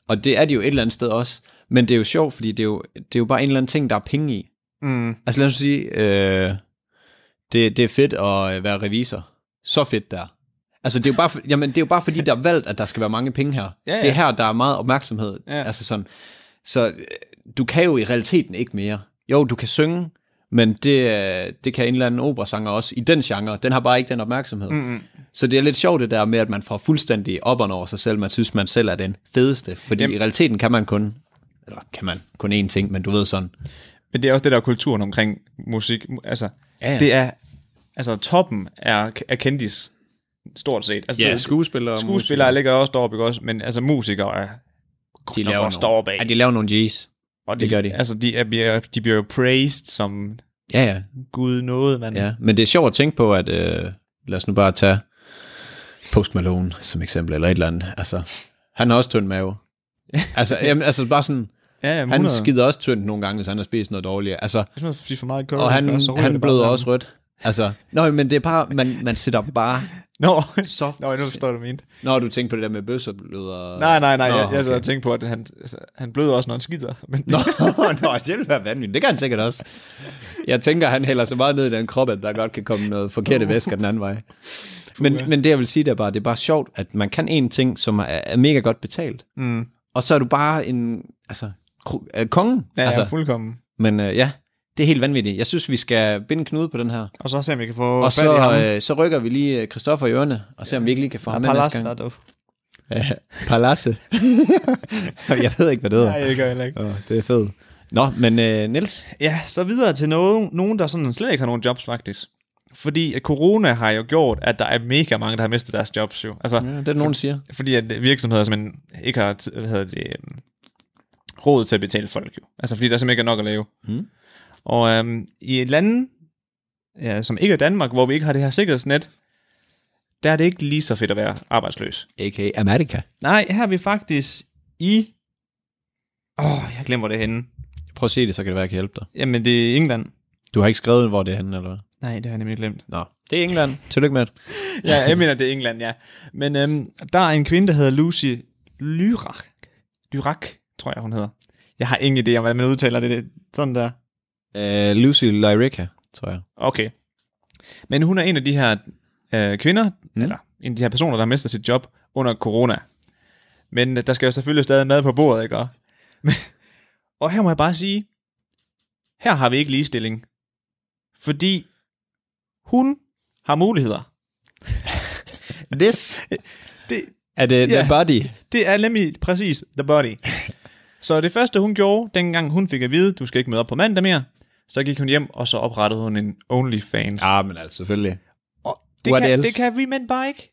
C: Og det er de jo et eller andet sted også. Men det er jo sjovt, fordi det er jo, det er jo bare en eller anden ting, der er penge i.
B: mm,
C: Altså lad os sige, øh, det, det er fedt at øh, være revisor. Så fedt der. Altså det er jo bare, for, jamen, det er jo bare fordi, der er valgt, at der skal være mange penge her.
B: Ja, ja.
C: Det er her, der er meget opmærksomhed.
B: Ja.
C: Altså sådan. Så øh, du kan jo i realiteten ikke mere. Jo, du kan synge, Men det, øh, det kan en eller anden operasanger også i den genre. Den har bare ikke den opmærksomhed.
B: Mm-hmm.
C: Så det er lidt sjovt det der med, at man får fuldstændig op over sig selv. Man synes, man selv er den fedeste. Fordi
B: Jamen.
C: i realiteten kan man kun, eller kan man kun én ting, men du ved sådan.
B: Men det er også det der er kulturen omkring musik. Mu- Altså,
C: Ja, ja.
B: det er, altså toppen er, er kendis, stort set. Altså, det-
C: skuespillere.
B: skuespillere ligger også deroppe, ikke også? Men altså musikere er
C: de
B: nok
C: laver
B: også deroppe af.
C: nogle, ja, de laver nogle G's.
B: og de,
C: det gør de.
B: Altså, de, er, bliver- de bliver jo praised som
C: Ja, ja,
B: Gud noget, mand.
C: ja. Men det er sjovt at tænke på, at øh, lad os nu bare tage Post Malone som eksempel, eller et eller andet. Altså, han har også tynd mave. Altså, jamen, altså bare sådan,
B: ja jamen,
C: han
B: 100.
C: skider også tyndt nogle gange, hvis han har spist noget dårligt. Altså,
B: Hvis man spiser for meget curry,
C: og han,
B: så ryger
C: han
B: det bare
C: bløder
B: sammen.
C: også rødt. Altså, nej, men det er bare, man, man sætter bare
B: Nå,
C: så...
B: Nå jeg nu forstår du mente.
C: Nå, du tænkte på det der med bøsserbløder.
B: Nej, nej, nej.
C: Nå,
B: Nå, jeg, jeg sad
C: okay.
B: og tænkte på, at han, altså, han bløder også, når han skider. Men
C: Nå, nå, det ville være vanvittigt. Det kan han sikkert også. Jeg tænker, han hælder så meget ned i den krop, at der godt kan komme noget forkerte væsker den anden vej. Men, men det, jeg vil sige, det er bare, det er bare sjovt, at man kan en ting, som er, er mega godt betalt.
B: mm,
C: Og så er du bare en, altså, kro- øh, kongen.
B: ja, altså.
C: altså,
B: ja, fuldkommen.
C: men øh, ja, det er helt vanvittigt. Jeg synes, vi skal binde en knude på den her.
B: Og så se, om jeg kan få
C: Og
B: fat i ham.
C: så, øh, så rykker vi lige øh, Christoffer i ørene, og ser om vi ikke lige kan få ham med næste gang.
B: dog.
C: Ja, Palace. jeg ved ikke, hvad det hedder.
B: Nej, det gør jeg heller ikke.
C: Åh, det er fedt. Nå, men øh, Niels,
B: Ja, så videre til nogen, nogen, der sådan slet ikke har nogen jobs, faktisk. Fordi at corona har jo gjort, at der er mega mange, der har mistet deres jobs jo. Altså,
C: ja, det er nogen, der siger.
B: fordi at virksomheder simpelthen ikke har tid- hvad hedder det, øhm, råd til at betale folk jo. Altså fordi der simpelthen ikke er nok at lave.
C: Mm.
B: Og øhm, i et land, ja, som ikke er Danmark, hvor vi ikke har det her sikkerhedsnet, der er det ikke lige så fedt at være arbejdsløs.
C: A.k.a. Amerika.
B: Nej, her er vi faktisk i... Åh, oh, jeg glemmer det henne.
C: Prøv at se det, så kan det være, jeg kan hjælpe dig.
B: Jamen, det er England.
C: Du har ikke skrevet, hvor det er henne, eller hvad?
B: Nej, det har jeg nemlig glemt.
C: Nå, det er England. Tillykke med det.
B: ja, jeg mener, det er England, ja. Men øhm, der er en kvinde, der hedder Lucy Lyrak. Lyrak, tror jeg, hun hedder. Jeg har ingen idé om, hvordan man udtaler det. det. er Sådan der.
C: Uh, Lucy Lyrica, tror jeg.
B: Okay. Men hun er en af de her øh, kvinder,
C: Mm.
B: mm. eller en af de her personer, der har mistet sit job under corona. Men øh, der skal jo selvfølgelig stadig mad på bordet, ikke? Og- Men, og her må jeg bare sige, her har vi ikke ligestilling. Fordi hun har muligheder.
C: This.
B: Det,
C: Er det
B: Ja.
C: The Body?
B: Det er nemlig præcis The Body. Så det første, hun gjorde, dengang hun fik at vide, du skal ikke møde op på mandag mere, så gik hun hjem, og så oprettede hun en OnlyFans.
C: Ja, men altså, selvfølgelig.
B: og det,
C: what
B: kan,
C: else?
B: det kan vi mænd bare ikke.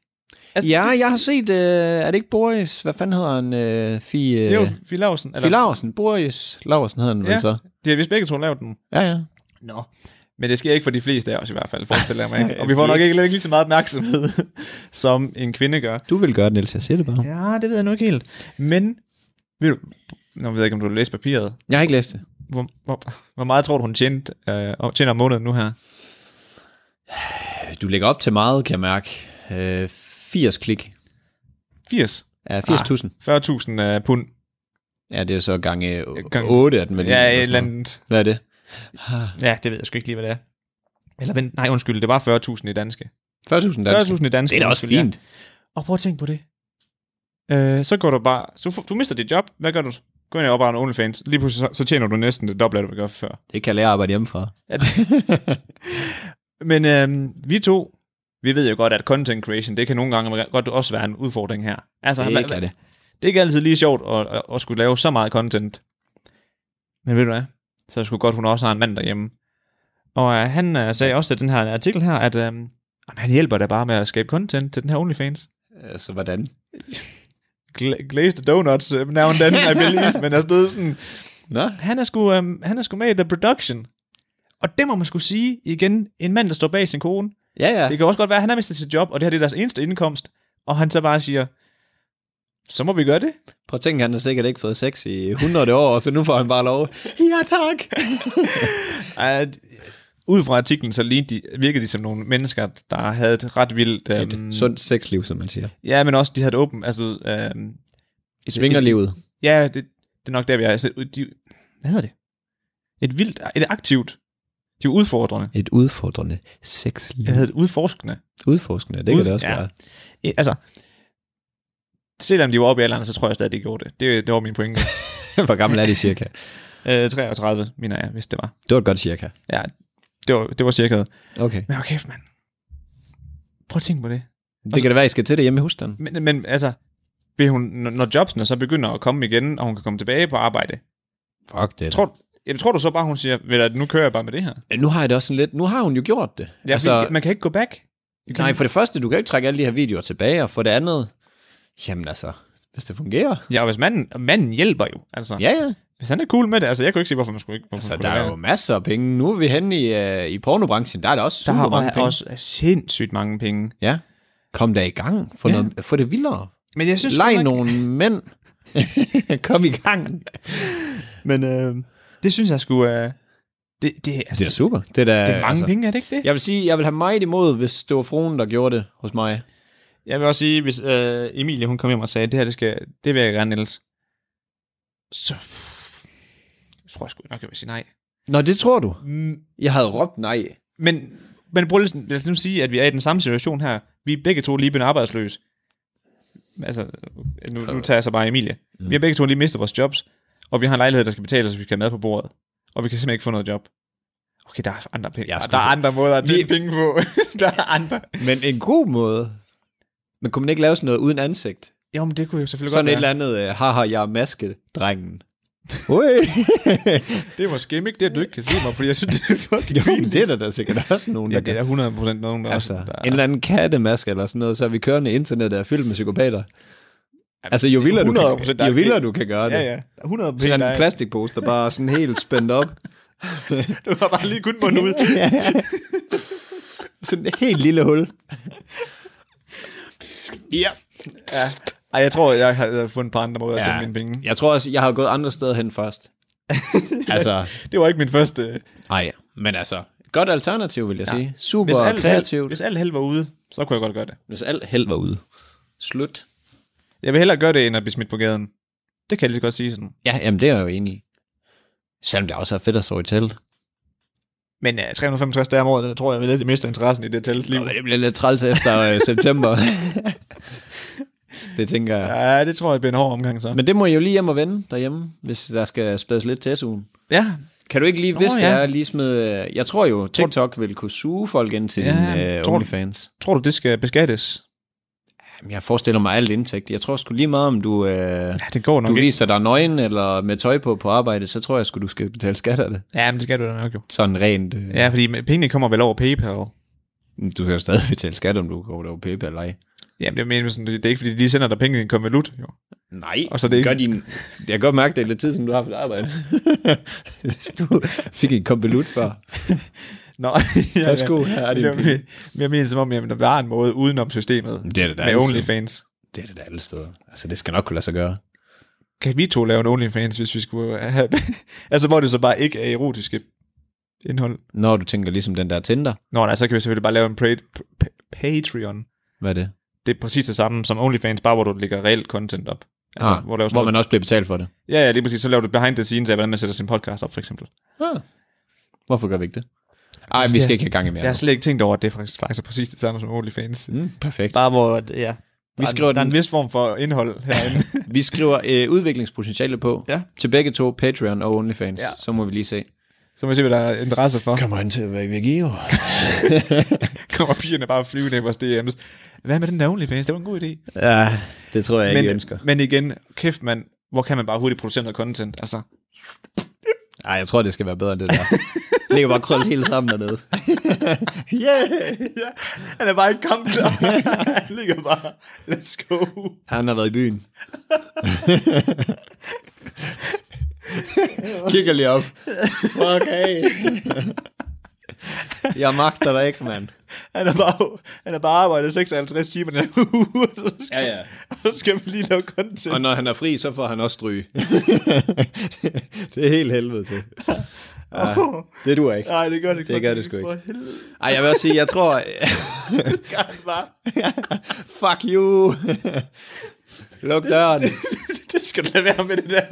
B: Altså,
C: Ja,
B: det,
C: jeg har set, øh, er det ikke Boris? Hvad fanden hedder han? Øh, Fie,
B: det er
C: øh,
B: jo Fie Lausen.
C: Fie Laursen. Boris Laursen hedder han ja.
B: Ja.
C: vel så.
B: Det har vist begge to lavet den.
C: Ja, ja.
B: Nå. Men det sker ikke for de fleste af os i hvert fald, forestiller jeg mig. Ikke? Og vi får nok ikke lige så meget opmærksomhed, som en kvinde gør.
C: Du vil gøre det, Niels. Jeg siger det bare.
B: Ja, det ved jeg nu ikke helt. Men, ved du, nu ved jeg ikke, om du har læst papiret.
C: Jeg har ikke læst det.
B: Hvor, hvor, hvor meget tror du, hun tjente, øh, tjener om måneden nu her?
C: Du lægger op til meget, kan jeg mærke. Øh, 80 klik.
B: 80?
C: Ja, 80.000.
B: 40.000 øh, pund.
C: Ja, det er så gange, øh,
B: Gange-
C: 8 af den vel.
B: Ja, et
C: eller
B: eller
C: sådan noget.
B: andet.
C: Hvad er det?
B: Ja, det ved jeg sgu ikke lige, hvad det er. Eller vent, nej, undskyld, det var 40.000 i danske.
C: 40.000 danske.
B: 40.000 i danske.
C: Det er da også
B: undskyld, ja.
C: fint.
B: Og prøv at tænke på det. Øh, så går du bare, så du, du mister dit job, hvad gør du? Gå ind og opretter en OnlyFans. Lige pludselig, så, så tjener du næsten det dobbelte, af, hvad du gør før.
C: Det kan lære at arbejde hjemmefra.
B: Ja, det. Men øh, vi to, vi ved jo godt, at content creation, det kan nogle gange godt også være en udfordring her. Altså,
C: Det
B: hvad-
C: kan det.
B: Det er ikke altid lige sjovt at, at, at skulle lave så meget content. Men ved du hvad? Så er det sgu godt, hun også har en mand derhjemme. Og øh, han øh, sagde også til den her artikel her, at øh, jamen, han hjælper dig bare med at skabe content til den her OnlyFans.
C: Altså, hvordan?
B: Gla- glazed donuts øh, now and then, I believe. Men altså, det er sådan,
C: Nå?
B: han er, sgu, øh, han er sgu med i The Production. Og det må man skulle sige igen, en mand, der står bag sin kone.
C: Ja, ja.
B: Det kan også godt være, at han har mistet sit job, og det her det er deres eneste indkomst. Og han så bare siger, så må vi gøre det.
C: Prøv at tænke, han har sikkert ikke fået sex i 100 år, så nu får han bare lov. Ja, tak.
B: at ud fra artiklen, så lignede de, virkede de som nogle mennesker, der havde et ret vildt... Øhm,
C: Et sundt sexliv, som man siger.
B: Ja, men også, de havde et åbent... Altså, øhm,
C: I svingerlivet.
B: ja, det, det er nok der, vi er. Altså, de, hvad hedder det? Et vildt... Et aktivt... De var udfordrende.
C: Et udfordrende sexliv.
B: Jeg havde et udforskende.
C: Udforskende, det kan
B: Ud-
C: det også
B: ja.
C: være.
B: E, altså, selvom de var oppe i alderen, så tror jeg stadig, de gjorde det. Det, det var min pointe.
C: Hvor gammel er det cirka?
B: øh, 33, mener jeg, hvis det var.
C: Det var et godt cirka.
B: Ja, Det var, det var cirkaet.
C: Okay.
B: Men okay, mand. Prøv at tænke på det.
C: Det kan da være, I skal til det hjemme i husstanden.
B: Men, men altså, vil hun, når- når jobsene så begynder at komme igen, og hun kan komme tilbage på arbejde,
C: Fuck det.
B: tror, jeg tror du så bare, hun siger, ved du, at nu kører jeg bare med det her?
C: Nu har jeg det også sådan lidt, nu har hun jo gjort det.
B: Ja, altså, man kan ikke gå back. Du kan
C: nej, for det første, du kan jo ikke trække alle de her videoer tilbage, og for det andet, jamen altså, hvis det fungerer.
B: Ja, og hvis manden, og manden hjælper jo, altså.
C: Ja, ja.
B: Hvis han er cool med det, altså jeg kunne ikke se, hvorfor man skulle ikke... Hvorfor
C: Altså,
B: man
C: der
B: skulle
C: er
B: lade
C: jo masser af penge. Nu er vi henne i, øh, i pornobranchen, der er der også super
B: være. der
C: mange
B: er
C: penge.
B: også sindssygt mange penge.
C: Ja. Kom da i gang. Få,
B: Ja.
C: ja. noget, få det vildere.
B: Men jeg synes...
C: Leg
B: godt nok-
C: nogle mænd. Kom i gang.
B: Men øh, det synes jeg skulle... Øh, det, det, altså,
C: Det er super. Det er, da,
B: det er mange altså, penge, er det ikke det?
C: Jeg vil sige, jeg vil have meget imod, hvis det var fruen, der gjorde det hos mig.
B: Jeg vil også sige, hvis øh, Emilie hun kom hjem og sagde, det her, det, skal, det vil jeg gerne, Niels. Så jeg tror jeg sgu nok, jeg vil sige nej.
C: Nå, det tror du.
B: Mm,
C: Jeg havde råbt nej.
B: Men, men prøv lige, lad os nu sige, at vi er i den samme situation her. Vi er begge to lige blevet arbejdsløse. Altså, nu, nu tager jeg så bare Emilie. Mm. Vi har begge to lige mistet vores jobs, og vi har en lejlighed, der skal betales, så vi skal have mad på bordet. Og vi kan simpelthen ikke få noget job. Okay, der er andre, penge. Altså,
C: Jeg er sgu-
B: der er andre måder at
C: Vi-
B: tjene penge på. der er andre.
C: Men en god måde. Men kunne man ikke lave sådan noget uden ansigt?
B: Jo, men det kunne jo selvfølgelig
C: Sådan et
B: godt
C: eller
B: være.
C: andet, øh, haha, jeg er maskedrengen. Oi.
B: Det var skimmick, det at du ikke kan se mig, fordi jeg synes, det er fucking
C: jo, men det er der da sikkert også nogen, der
B: Ja, det er
C: gør.
B: der 100% nogen, der, altså,
C: Altså, en
B: der
C: eller anden kattemaske eller sådan noget, så er vi kørende internet, der er fyldt med psykopater. Altså, jo vildere, du
B: 100% der
C: kan,
B: er
C: jo vildere
B: krig.
C: du kan gøre det.
B: Ja, ja. Der er 100%
C: Sådan
B: der
C: en
B: er-
C: plastikpose, der bare er sådan helt spændt op.
B: Du har bare lige kun munden ud.
C: sådan et helt lille hul.
B: Ja. ja. Ej, jeg tror, jeg havde fundet et par andre måder at tjene Altså, mine penge.
C: Jeg tror også, jeg har gået andre steder hen først. altså,
B: Det var ikke min første... Super
C: nej, men altså, godt alternativ, vil jeg ja. sige. Super
B: hvis alt,
C: kreativt.
B: Held, hvis alt held var ude, så kunne jeg godt gøre det.
C: hvis alt held var ude. Slut.
B: Jeg vil hellere gøre det, end at blive smidt på gaden. Det kan jeg lige så godt sige sådan.
C: Ja, jamen det er jeg jo enig i. Selvom det også er fedt at sove i telt.
B: Men uh, 365 dage om året, der tror jeg, at jeg mister interessen i det telt liv.
C: Det bliver lidt træls efter øh, september. det tænker jeg.
B: Ja, det tror jeg bliver en hård omgang så. Men,
C: Men det må I jo lige hjem og vende derhjemme, hvis der skal spædes lidt til SU'en.
B: ja,
C: Kan du ikke lige,
B: Nå,
C: hvis det
B: ja.
C: er, lige smide... øh, Jeg tror jo, TikTok vil kunne suge folk ind til
B: Ja,
C: ja, din
B: tror du-
C: uh, OnlyFans.
B: tror du, det skal beskattes?
C: Jamen, jeg forestiller mig alt indtægt. Jeg tror sgu lige meget, om du, øh,
B: Ja, det går nok
C: du
B: ikke.
C: viser dig nøgen eller med tøj på på arbejde, så tror jeg sgu, du skal betale skat af det.
B: Ja, men det skal du da nok jo.
C: Sådan rent. Øh,
B: Ja, fordi pengene kommer vel over PayPal.
C: Du skal jo stadig betale skat, om du går over PayPal eller ej.
B: Jamen, det, mener, jeg sådan, det er ikke, fordi de sender dig penge i en konvolut, jo.
C: Nej,
B: Og så er det ikke-
C: gør din... Jeg kan godt mærke, det er lidt tid, som du har for dit arbejde. Hvis du fik en kompelut før.
B: Nå, ja,
C: Værsgo, her er din
B: Jeg, men, jeg mener som om, jamen, der var en måde udenom systemet
C: Det er det da
B: med
C: altid.
B: OnlyFans.
C: Det er det da alle steder. Altså, det skal nok kunne lade sig gøre.
B: Kan vi to lave en OnlyFans, hvis vi skulle have... altså, hvor det så bare ikke er erotiske indhold.
C: Når du tænker ligesom den der Tinder.
B: Nå, nej, så kan vi selvfølgelig bare lave en pra- p- p- Patreon.
C: Hvad er det?
B: Det er præcis det samme som OnlyFans, bare hvor du lægger reelt content op. Altså,
C: ah,
B: hvor, der er
C: hvor
B: man...
C: man også bliver betalt for det.
B: Ja, ja, lige præcis. Så laver du behind the scenes af, hvordan man sætter sin podcast op, for eksempel.
C: Ah. Hvorfor gør vi ikke det? Ej, vi skal ikke have gang i
B: Jeg har
C: mere.
B: slet ikke tænkt over, at det er faktisk, faktisk er præcis det samme som OnlyFans.
C: nu. Mm, perfekt.
B: Bare hvor, at- ja.
C: Vi
B: der,
C: skriver
B: der er en
C: den-
B: vis form for indhold herinde.
C: Vi skriver øh, udviklingspotentiale på
B: Ja.
C: til begge to, Patreon og OnlyFans.
B: Ja.
C: Så må vi lige se.
B: så må vi se, hvad der er interesse for.
C: Kommer han til at være i Vigio?
B: kommer pigerne bare flyvende i vores DM's. Hvad med den der OnlyFans? Det var en god idé.
C: Ja, det tror jeg ikke, I ønsker.
B: men igen, kæft mand, hvor kan man bare hurtigt producere noget content? Altså,
C: Nej, jeg tror, det skal være bedre end det der. Det ligger bare krøllet helt sammen dernede. yeah!
B: ja, han er bare ikke kommet klar. han ligger bare, let's go.
C: Han har været i byen. Kigger lige op. Fuck hey. Jeg magter dig ikke, mand.
B: Han er bare, han er bare arbejdet 56 timer i den her uge, og så skal,
C: Ja, ja.
B: og så skal vi lige lave content.
C: Og når han er fri, så får han også stryge. det er helt helvede til. Ja, det duer ikke.
B: Nej, det gør det,
C: Det
B: godt
C: gør det sgu
B: For
C: ikke.
B: helvede,
C: Ej, jeg vil også sige, jeg tror...
B: gør det bare.
C: Fuck you! Luk døren.
B: Det skal du lade være med det der.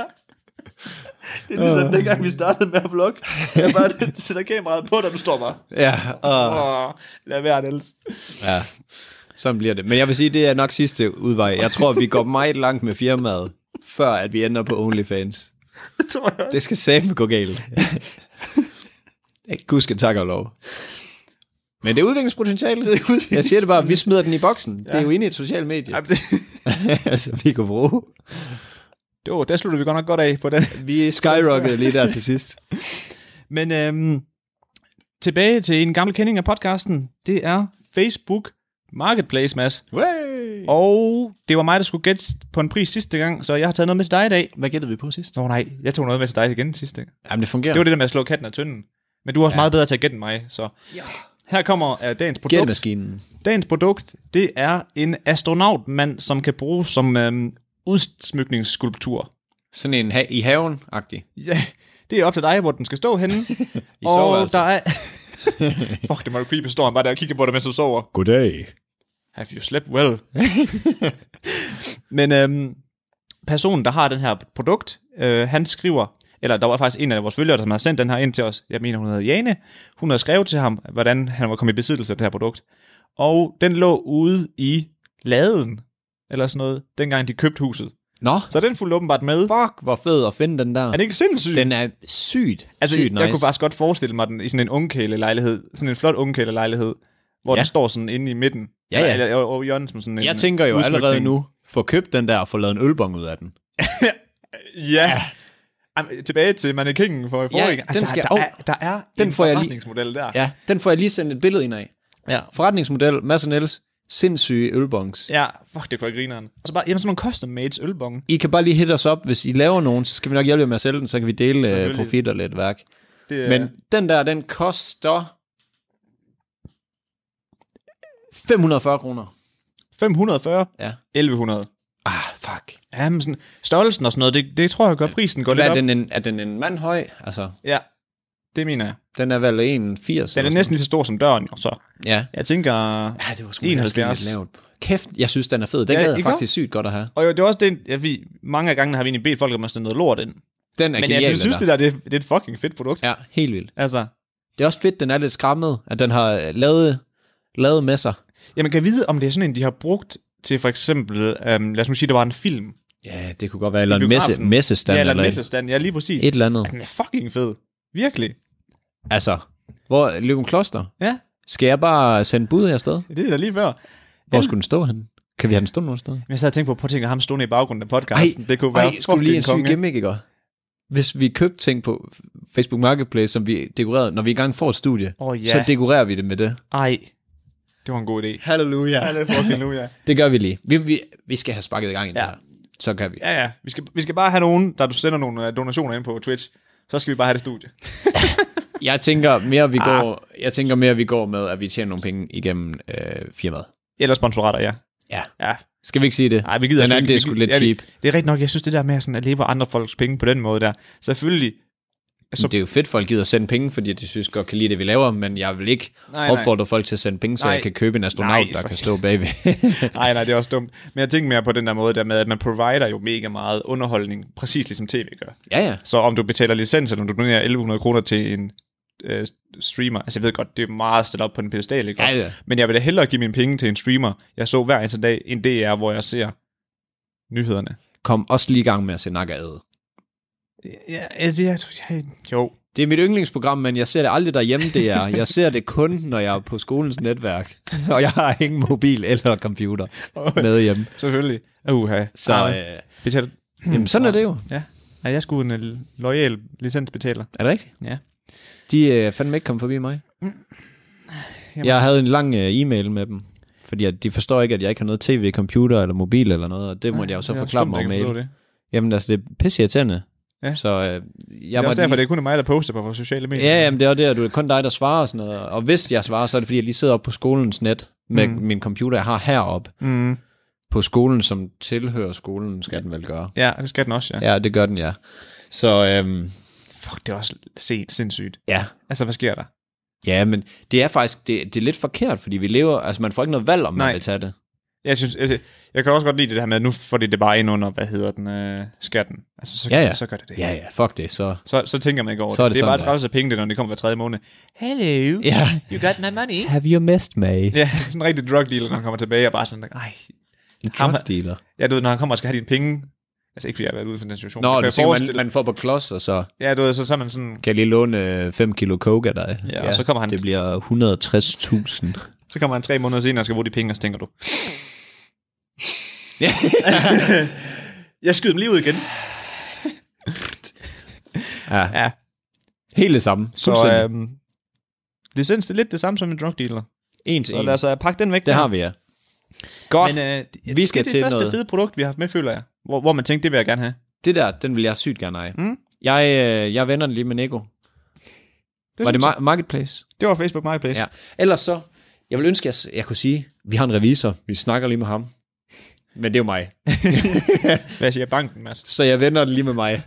B: Det er ligesom dengang, vi startede med at vlogge. Jeg bare sætter kameraet på, der du står bare.
C: Ja, og...
B: Åh, lad være, Niels.
C: ja, sådan bliver det. Men jeg vil sige, det er nok sidste udvej. Jeg tror, vi går meget langt med firmaet, før at vi ender på OnlyFans.
B: Det tror jeg også.
C: Det skal sammen gå galt. Gud skal tak og lov. Men det er udviklingspotentiale. Jeg siger det bare, vi smider den i boksen. Ja. Det er jo inde i et socialt medie.
B: Ej, men det,
C: altså, vi kan bruge.
B: det var, der sluttede vi godt nok godt af på den.
C: Vi skyrockede lige der til sidst.
B: Men øhm, tilbage til en gammel kending af podcasten. Det er Facebook Marketplace, Mads.
C: Way!
B: Og det var mig, der skulle gætte på en pris sidste gang, så jeg har taget noget med til dig i dag.
C: Hvad gættede vi på sidst?
B: Nå nej, jeg tog noget med til dig igen sidste gang.
C: Jamen, det fungerer.
B: Det var det der med at slå katten af tynden. Men du er også ja. meget bedre til at gætte end mig, så... Ja. Her kommer uh, dagens produkt.
C: Gættemaskinen.
B: Dagens produkt, det er en astronautmand, som kan bruges som øhm, udsmykningsskulptur.
C: Sådan en ha- i haven-agtig.
B: Ja, det er op til dig, hvor den skal stå henne. I
C: soveværelset.
B: der er... Fuck, det var jo creepy, står han bare der og kigger på dig, mens du sover.
C: Goddag.
B: Have you slept well? Men øhm, personen, der har den her produkt, øh, han skriver, eller der var faktisk en af vores følgere, som har sendt den her ind til os, jeg mener, hun hedder Jane, hun har skrevet til ham, hvordan han var kommet i besiddelse af det her produkt. Og den lå ude i laden, eller sådan noget, dengang de købte huset.
C: Nå,
B: Så den fulgte åbenbart med.
C: fuck, hvor fed at finde den der.
B: Er det ikke sindssygt?
C: Den er sygt,
B: altså,
C: sygt
B: jeg,
C: nice.
B: jeg kunne faktisk godt forestille mig den i sådan en ungkælelejlighed, sådan en flot ungkælelejlighed, hvor
C: Ja.
B: den står sådan inde i midten.
C: Ja, ja.
B: Eller, eller over hjørnet som sådan en
C: jeg tænker jo
B: udsmykning.
C: allerede nu, få købt den der og få lavet en ølbong ud af den.
B: Ja. Jamen, tilbage til mannekingen for i forrige. gang.
C: den
B: der,
C: skal-
B: der,
C: Åh.
B: er, der er
C: Den
B: en
C: får jeg lige-
B: forretningsmodel der.
C: Ja, den får jeg lige sendt et billede ind af.
B: ja.
C: Forretningsmodel, Mads og Niels, sindssyge ølbongs.
B: Ja, fuck, det kunne jeg grineren. Og så bare, jamen, sådan nogle custom mades ølbonge.
C: I kan bare lige hitte os op, hvis I laver nogen, så skal vi nok hjælpe jer med at sælge den, så kan vi dele øh,
B: Selvfølgelig.
C: profit og lidt værk.
B: Det,
C: Men den der, den koster 540 kroner.
B: 540,
C: Ja.
B: 1100.
C: Ah, fuck.
B: Jamen, sådan, størrelsen og sådan noget, det, det tror jeg gør, prisen går lidt
C: Hvad er,
B: op.
C: den en, er den en mand høj? Altså,
B: Ja, det mener jeg.
C: den er vel 1,80?
B: Den er
C: eller
B: næsten lige så stor som døren, jo, så.
C: sådan. Ja.
B: Jeg tænker...
C: Ja, det var sgu
B: 71.
C: lidt lavt. Kæft, jeg synes, den er fed. Den
B: Ja,
C: ja, gad jeg
B: ikke
C: faktisk sygt godt at have.
B: Og jo, det er også det, ja, vi, mange af gangene har vi egentlig bedt folk om at sende noget lort ind.
C: Den er
B: Men
C: genial,
B: jeg synes,
C: den
B: synes
C: der.
B: det der, det, er- det er et fucking fedt produkt.
C: Ja, helt vildt.
B: Altså,
C: Det er også fedt, den er lidt skræmmet, at den har øh, lavet, lavet med sig.
B: jamen, kan jeg vide, om det er sådan en, de har brugt til for eksempel, øhm, lad os nu sige, der var en film.
C: Ja, det kunne godt være. Eller en
B: biografen.
C: messe, messestand.
B: ja, eller en
C: et-
B: messestand. Ja, lige præcis. Altså,
C: Et eller andet.
B: Den er fucking fed. Virkelig.
C: Altså, hvor Løven Kloster?
B: Ja,
C: Skal jeg bare sende bud afsted?
B: det er da lige før.
C: Hvor skulle den stå henne? Kan vi have den stå nogen sted?
B: Men jeg sad og tænkte på, prøv at tænke ham stående i baggrunden af podcasten. det kunne være
C: Ej, skulle lige en syg
B: fucking konge.
C: gimmick, ikke? Hvis vi købte ting på Facebook Marketplace, som vi dekorerede, når vi engang får et studie,
B: Åh oh, ja.
C: så dekorerer vi det med det.
B: Ej, det var en god idé.
C: Halleluja.
B: Ja, det er fucking nu, ja.
C: Det gør vi lige. Vi, vi, vi skal have sparket i gang i ja.
B: Ja.
C: det her. Så kan vi.
B: Ja, ja. Vi skal, vi skal bare have nogen, der du sender nogle øh, donationer ind på Twitch. Så skal vi bare have det studie.
C: Jeg tænker mere, vi
B: Ah.
C: går, jeg tænker mere, vi går med, at vi tjener nogle penge igennem øh, firmaet.
B: Eller sponsorater, ja.
C: Ja.
B: Ja.
C: Skal vi ikke sige det?
B: Nej, vi gider
C: Den
B: sgu
C: anden,
B: ikke-
C: det er
B: vi
C: sgu
B: gider-
C: lidt
B: ja, vi-
C: cheap.
B: Det er rigtigt nok. Jeg synes, det der med sådan at leve af andre folks penge på den måde der. Selvfølgelig.
C: Så... Det er jo fedt, folk gider sende penge, fordi de synes godt kan lide det, vi laver, men jeg vil ikke
B: Nej,
C: nej,
B: nej.
C: opfordre nej. folk til at sende penge, så nej.
B: Nej.
C: jeg kan købe en astronaut,
B: Nej,
C: nej, der
B: for-
C: kan stå bagved.
B: Nej, nej, det er også dumt. Men jeg tænker mere på den der måde der med, at man provider jo mega meget underholdning, præcis ligesom tv gør.
C: ja, ja.
B: Så om du betaler licens, eller om du donerer 1100 kroner til en øh, streamer, altså jeg ved godt, det er meget stillet op på en pedestal, ikke?
C: Ja, ja.
B: Men jeg vil da hellere give mine penge til en streamer, jeg så hver eneste dag, en DR, hvor jeg ser nyhederne.
C: Kom også lige i gang med at se nakker ad.
B: Ja, altså, jeg, jeg, jo.
C: Det er mit yndlingsprogram, men jeg ser det aldrig derhjemme, det er. Jeg ser det kun, når jeg er på skolens netværk, og jeg har ingen mobil eller computer med hjemme.
B: Selvfølgelig. Uha.
C: Så
B: Ej,
C: øh,
B: betal...
C: jamen, sådan er det jo.
B: Ja. Nej, jeg skulle en øh, loyal licensbetaler.
C: Er det rigtigt?
B: Ja. Mm.
C: De øh, fandme ikke kommet forbi mig.
B: Jamen.
C: Jeg havde en lang øh, e-mail med dem, fordi at de forstår ikke, at jeg ikke har noget tv, computer eller mobil eller noget, og det måtte jeg jo så forklare
B: stumt,
C: mig
B: jeg
C: over
B: kan forstå
C: mail.
B: Det.
C: Jamen altså, det er pisse irriterende.
B: Ja.
C: Så øh,
B: Jeg
C: jeg
B: det er
C: var
B: også derfor,
C: lige...
B: det er kun mig, der poster på vores sociale medier.
C: Ja, jamen, det er også det, at du er kun dig, der svarer og sådan noget. Og hvis jeg svarer, så er det fordi, jeg lige sidder oppe på skolens net med
B: Mm.
C: mm. min computer, jeg har heroppe
B: Mm.
C: på skolen, som tilhører skolen, skal den vel gøre.
B: Ja, det skal den også, ja. ja.
C: Ja, det gør den, ja. Så øhm,
B: Fuck, det er også sent, sindssygt.
C: ja,
B: Altså, hvad sker der?
C: ja, men det er faktisk, det, det er lidt forkert, fordi vi lever, altså man får ikke noget valg, om
B: Nej.
C: man vil tage det.
B: Jeg synes, altså, jeg kan også godt lide det her med, at nu får de det bare ind under, hvad hedder den, øh, skatten. Altså, så,
C: Ja, ja.
B: så gør det det.
C: Ja, ja, fuck det, så...
B: Så, så tænker man ikke over
C: Så er det
B: det. Det er
C: sådan,
B: bare
C: det er.
B: træls af penge, det, når det kommer hver tredje måned. Hello,
C: Ja.
B: you got my money.
C: Have you missed me?
B: Ja, sådan en rigtig drug dealer, når han kommer tilbage og bare sådan, ej,
C: En
B: Ham-
C: drug dealer.
B: ja, du ved, når han kommer og skal have dine penge, Altså ikke fordi jeg har været ude for den situation.
C: Nå,
B: men
C: du
B: jeg
C: tænker, man,
B: forestille-
C: man får på klods, og så
B: Ja, du ved, så, så er man sådan,
C: kan jeg lige låne 5 kilo coke af dig.
B: Ja, og så kommer han-
C: Det bliver 160.000.
B: så kommer han tre måneder senere og skal bruge de penge, og så tænker du.
C: Ja.
B: jeg skyder dem lige ud igen.
C: ja,
B: Ja,
C: helt det samme.
B: så
C: Fuldstændig.
B: øhm, licens det er lidt det samme som en drug dealer.
C: en til
B: Så
C: en.
B: lad os øh, pakke den væk.
C: Det
B: der.
C: har vi, ja.
B: Men
C: Godt. Men,
B: øh, det-
C: Vi skal
B: det er
C: til
B: det første
C: noget.
B: fede produkt, vi har haft med, føler jeg. Hvor, hvor man tænkte, det vil jeg gerne have.
C: det der, den vil jeg sygt gerne eje.
B: Mm.
C: Jeg, øh, jeg vender den lige med Nico. Det Var det
B: synes jeg.
C: ma- Marketplace?
B: det var Facebook Marketplace.
C: Ja. Ellers så, jeg vil ønske, at jeg, s- jeg kunne sige, vi har en revisor, vi snakker lige med ham. Men det er jo mig.
B: Hvad siger banken, Mads?
C: Så jeg vender den lige med mig.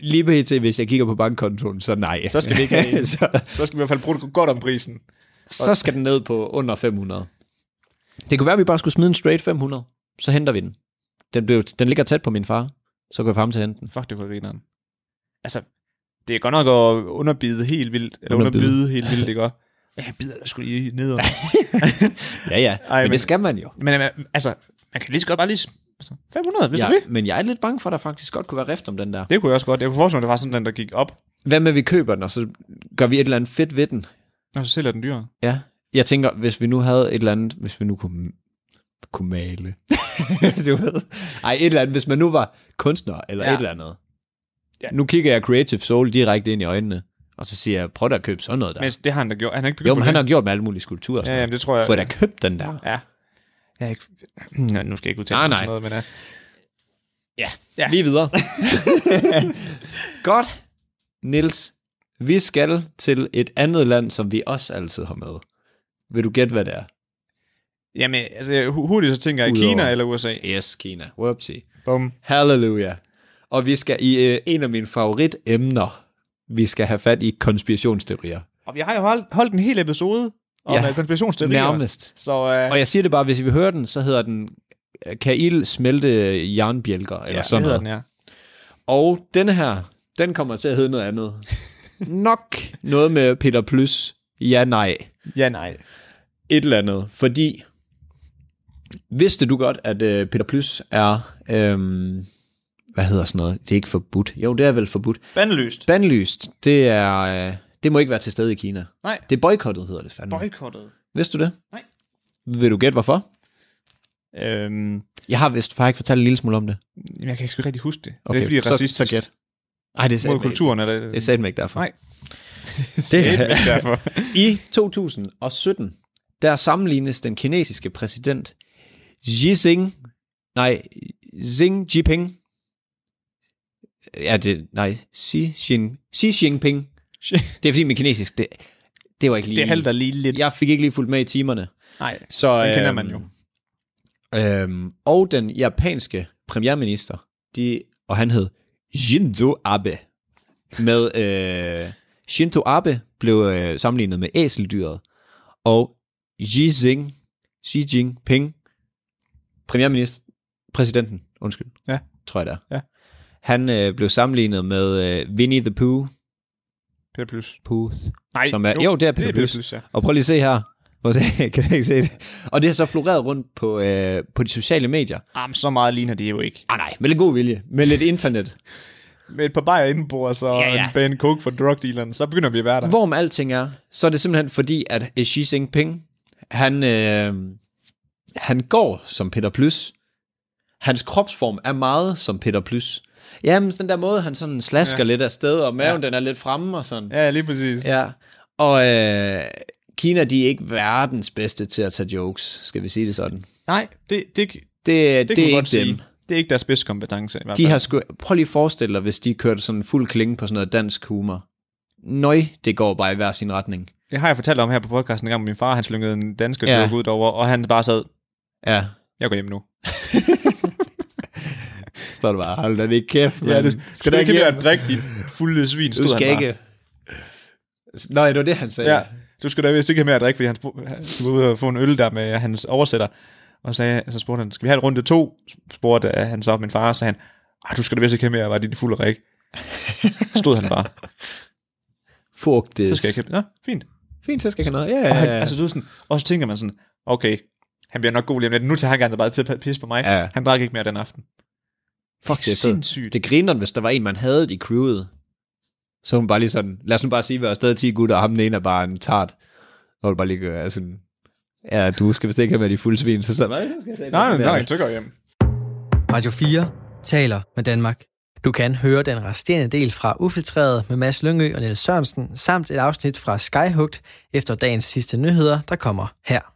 C: Lige pt, hvis jeg kigger på bankkontoen, så nej.
B: Så skal vi ikke have en.
C: så,
B: Så skal vi i hvert fald bruge det godt om prisen.
C: så skal den ned på under 500. Det kunne være, at vi bare skulle smide en straight 500. Så henter vi den. Den, blev, den ligger tæt på min far. Så går jeg frem til at hente den.
B: Fuck, det kunne grineren. Altså, det er godt nok at underbide helt vildt. Eller
C: Underbide.
B: underbyde, helt vildt, ikke? også? Ja, jeg bider da sgu lige ned under.
C: Ja, ja. Ej, men,
B: men-
C: men det skal man jo.
B: men øh, altså, man kan lige så godt bare lige... s- altså, 500, hvis
C: Ja,
B: du vil.
C: men jeg er lidt bange for, at der faktisk godt kunne være rift om den der.
B: Det kunne jeg også godt. Jeg kunne forestille mig, at det var sådan den, der gik op,
C: Hvad med, at vi køber den, og så gør vi et eller andet fedt ved den?
B: og så sælger den dyrere.
C: Ja. Jeg tænker, hvis vi nu havde et eller andet, hvis vi nu kunne, kunne male. du ved. Ej, et eller andet, hvis man nu var kunstner, eller ja.
B: Ja.
C: et eller andet. Ja. Nu kigger jeg Creative Soul direkte ind i øjnene, og så siger jeg, prøv da at købe sådan noget der.
B: Men det har han da gjort. Han er ikke begyndt
C: Jo,
B: på
C: men
B: det.
C: han har gjort med alle mulige skulpturer.
B: Ja, jamen, det tror jeg.
C: Få da købt den der.
B: Ja. Jeg er ikke... Nå, nu skal jeg ikke udtale mig
C: Nej,
B: om
C: nej.
B: sådan noget, men... Uh...
C: Ja,
B: Ja.
C: lige videre. Godt. Nils, vi skal til et andet land, som vi også altid har med. Vil du gætte, hvad det er?
B: Jamen, altså, jeg- hu- hurtigt så tænker jeg
C: Udover-
B: Kina eller USA.
C: Yes, Kina. Whoopsie.
B: Bum.
C: Halleluja. Og vi skal i øh, en af mine favoritemner. Vi skal have fat i konspirationsteorier.
B: Og vi har jo holdt, holdt en hel episode om
C: Ja,
B: ja, konspirationsteorier.
C: Nærmest.
B: Så øh,
C: Og jeg siger det bare, hvis I vil høre den, så hedder den øh, Kan ild smelte jernbjælker? Eller
B: ja,
C: sådan
B: hvad
C: noget.
B: hedder den her?
C: Og denne her, den kommer til at hedde noget andet. Nok noget med Peter Plus. Ja, nej.
B: Ja, nej.
C: Et eller andet. Fordi, vidste du godt, at øh, Peter Plus er, øhm, hvad hedder sådan noget? Det er ikke forbudt. Jo, det er vel forbudt.
B: Bandelyst.
C: Bandlyst, det er, øh, det må ikke være til stede i Kina.
B: Nej.
C: Det er boykottet, hedder det fandme.
B: Boykottet.
C: vidste du det?
B: Nej.
C: Vil du gætte, hvorfor?
B: Øhm,
C: Jeg har vist faktisk fortalt en lille smule om det.
B: jamen, jeg kan ikke rigtig huske det. Okay, det er fordi, racist
C: så gæt. Ej, det er
B: mod
C: satme ikke-
B: kulturen. Eller,
C: Det er satme ikke derfor.
B: Nej.
C: det
B: det er derfor.
C: I 2017, der sammenlignes den kinesiske præsident Xi Jinping, nej, Xi Jinping, ja, det, nej, Xi, Jin, Xi Jinping, det er fordi min kinesisk, det, det var ikke lige,
B: det halter lige lidt.
C: jeg fik ikke lige fulgt med i timerne.
B: Nej,
C: Så,
B: den kender
C: øhm,
B: man jo.
C: Øhm, og den japanske premierminister, de, og han hed Shinzo Abe. Med øh, Shinzo Abe blev øh, sammenlignet med æseldyret, og Xi, Jing, Xi Jinping, premierminister, præsidenten, undskyld,
B: Ja.
C: tror jeg det er.
B: Ja.
C: Han øh, blev sammenlignet med øh, Winnie the Pooh,
B: Peter Plus.
C: Pooh,
B: Nej,
C: som er, jo, det er Peter Plys.
B: ja.
C: Og prøv lige at se her. Prøv at se, kan du ikke se det? Og det har så floreret rundt på, øh, på de sociale medier.
B: Jamen, så meget ligner det jo ikke.
C: Ah nej, med lidt god vilje. Med lidt internet.
B: Med et par bajer inde på, og så
C: Ja, ja.
B: en bane coke for drugdealeren, så begynder vi at være der.
C: Hvorom alting er, så er det simpelthen fordi, at Xi Jinping, han, øh, han går som Peter Plys. Hans kropsform er meget som Peter Plys. Jamen, den der måde, han sådan slasker ja. lidt af sted, og maven ja. den er lidt fremme og sådan.
B: Ja, lige præcis.
C: Ja, og øh, Kina, de er ikke verdens bedste til at tage jokes, skal vi sige det sådan.
B: Nej, det, det,
C: Det, det,
B: Det,
C: det
B: det
C: er
B: er godt
C: ikke
B: sige.
C: dem.
B: Dem. Det er ikke deres spidskompetence. I hvert
C: De
B: fald.
C: har sku... Prøv lige at forestille dig, hvis de kørte sådan fuld klinge på sådan noget dansk humor. Nøj, det går bare i hver sin retning.
B: Det har jeg fortalt om her på podcasten en gang, hvor min far han slyngede en dansker
C: Ja.
B: ja. ud over, og han bare sad,
C: Ja,
B: jeg går hjem nu.
C: står du bare, hold da ikke kæft,
B: Ja, det, skal det ikke være et rigtigt fulde svin, stod
C: Du skal
B: han bare.
C: ikke... Nej, det var det, han sagde.
B: Ja, du skal da vist ikke have mere at drikke, fordi han spurgte- han skulle ud og få en øl der med hans oversætter. Og sagde, så spurgte han, skal vi have en runde to? Spurgte øh, han så min far, og sagde han, "Ah, du skal da vist ikke have mere, var det fulde rik. Stod han bare.
C: Fuck det.
B: Så skal jeg ikke have... Nå, fint.
C: Fint, så skal jeg ikke have noget.
B: Og,
C: Ja,
B: han,
C: ja, ja.
B: altså, du er sådan, og så tænker man sådan, okay, han bliver nok god lige om lidt. Nu tager han gerne bare til at pisse på mig.
C: Ja.
B: Han drak ikke mere den aften.
C: Fuck, det er fedt.
B: Sindssygt.
C: Det griner, hvis der var en, man havde i crewet. Så hun bare lige sådan, lad os nu bare sige, at vi er stadig 10 gutter, og ham den ene er bare en tart. Og hun bare lige gør sådan, ja, du skal vist ikke have med de fulde svin. Så sådan, nej, jeg skal jeg sige,
B: Nej, nej, nej, så går jeg hjem.
A: Radio 4 taler med Danmark. Du kan høre den resterende del fra Ufiltreret med Mads Lyngø og Niels Sørensen, samt et afsnit fra Skyhugt efter dagens sidste nyheder, der kommer her.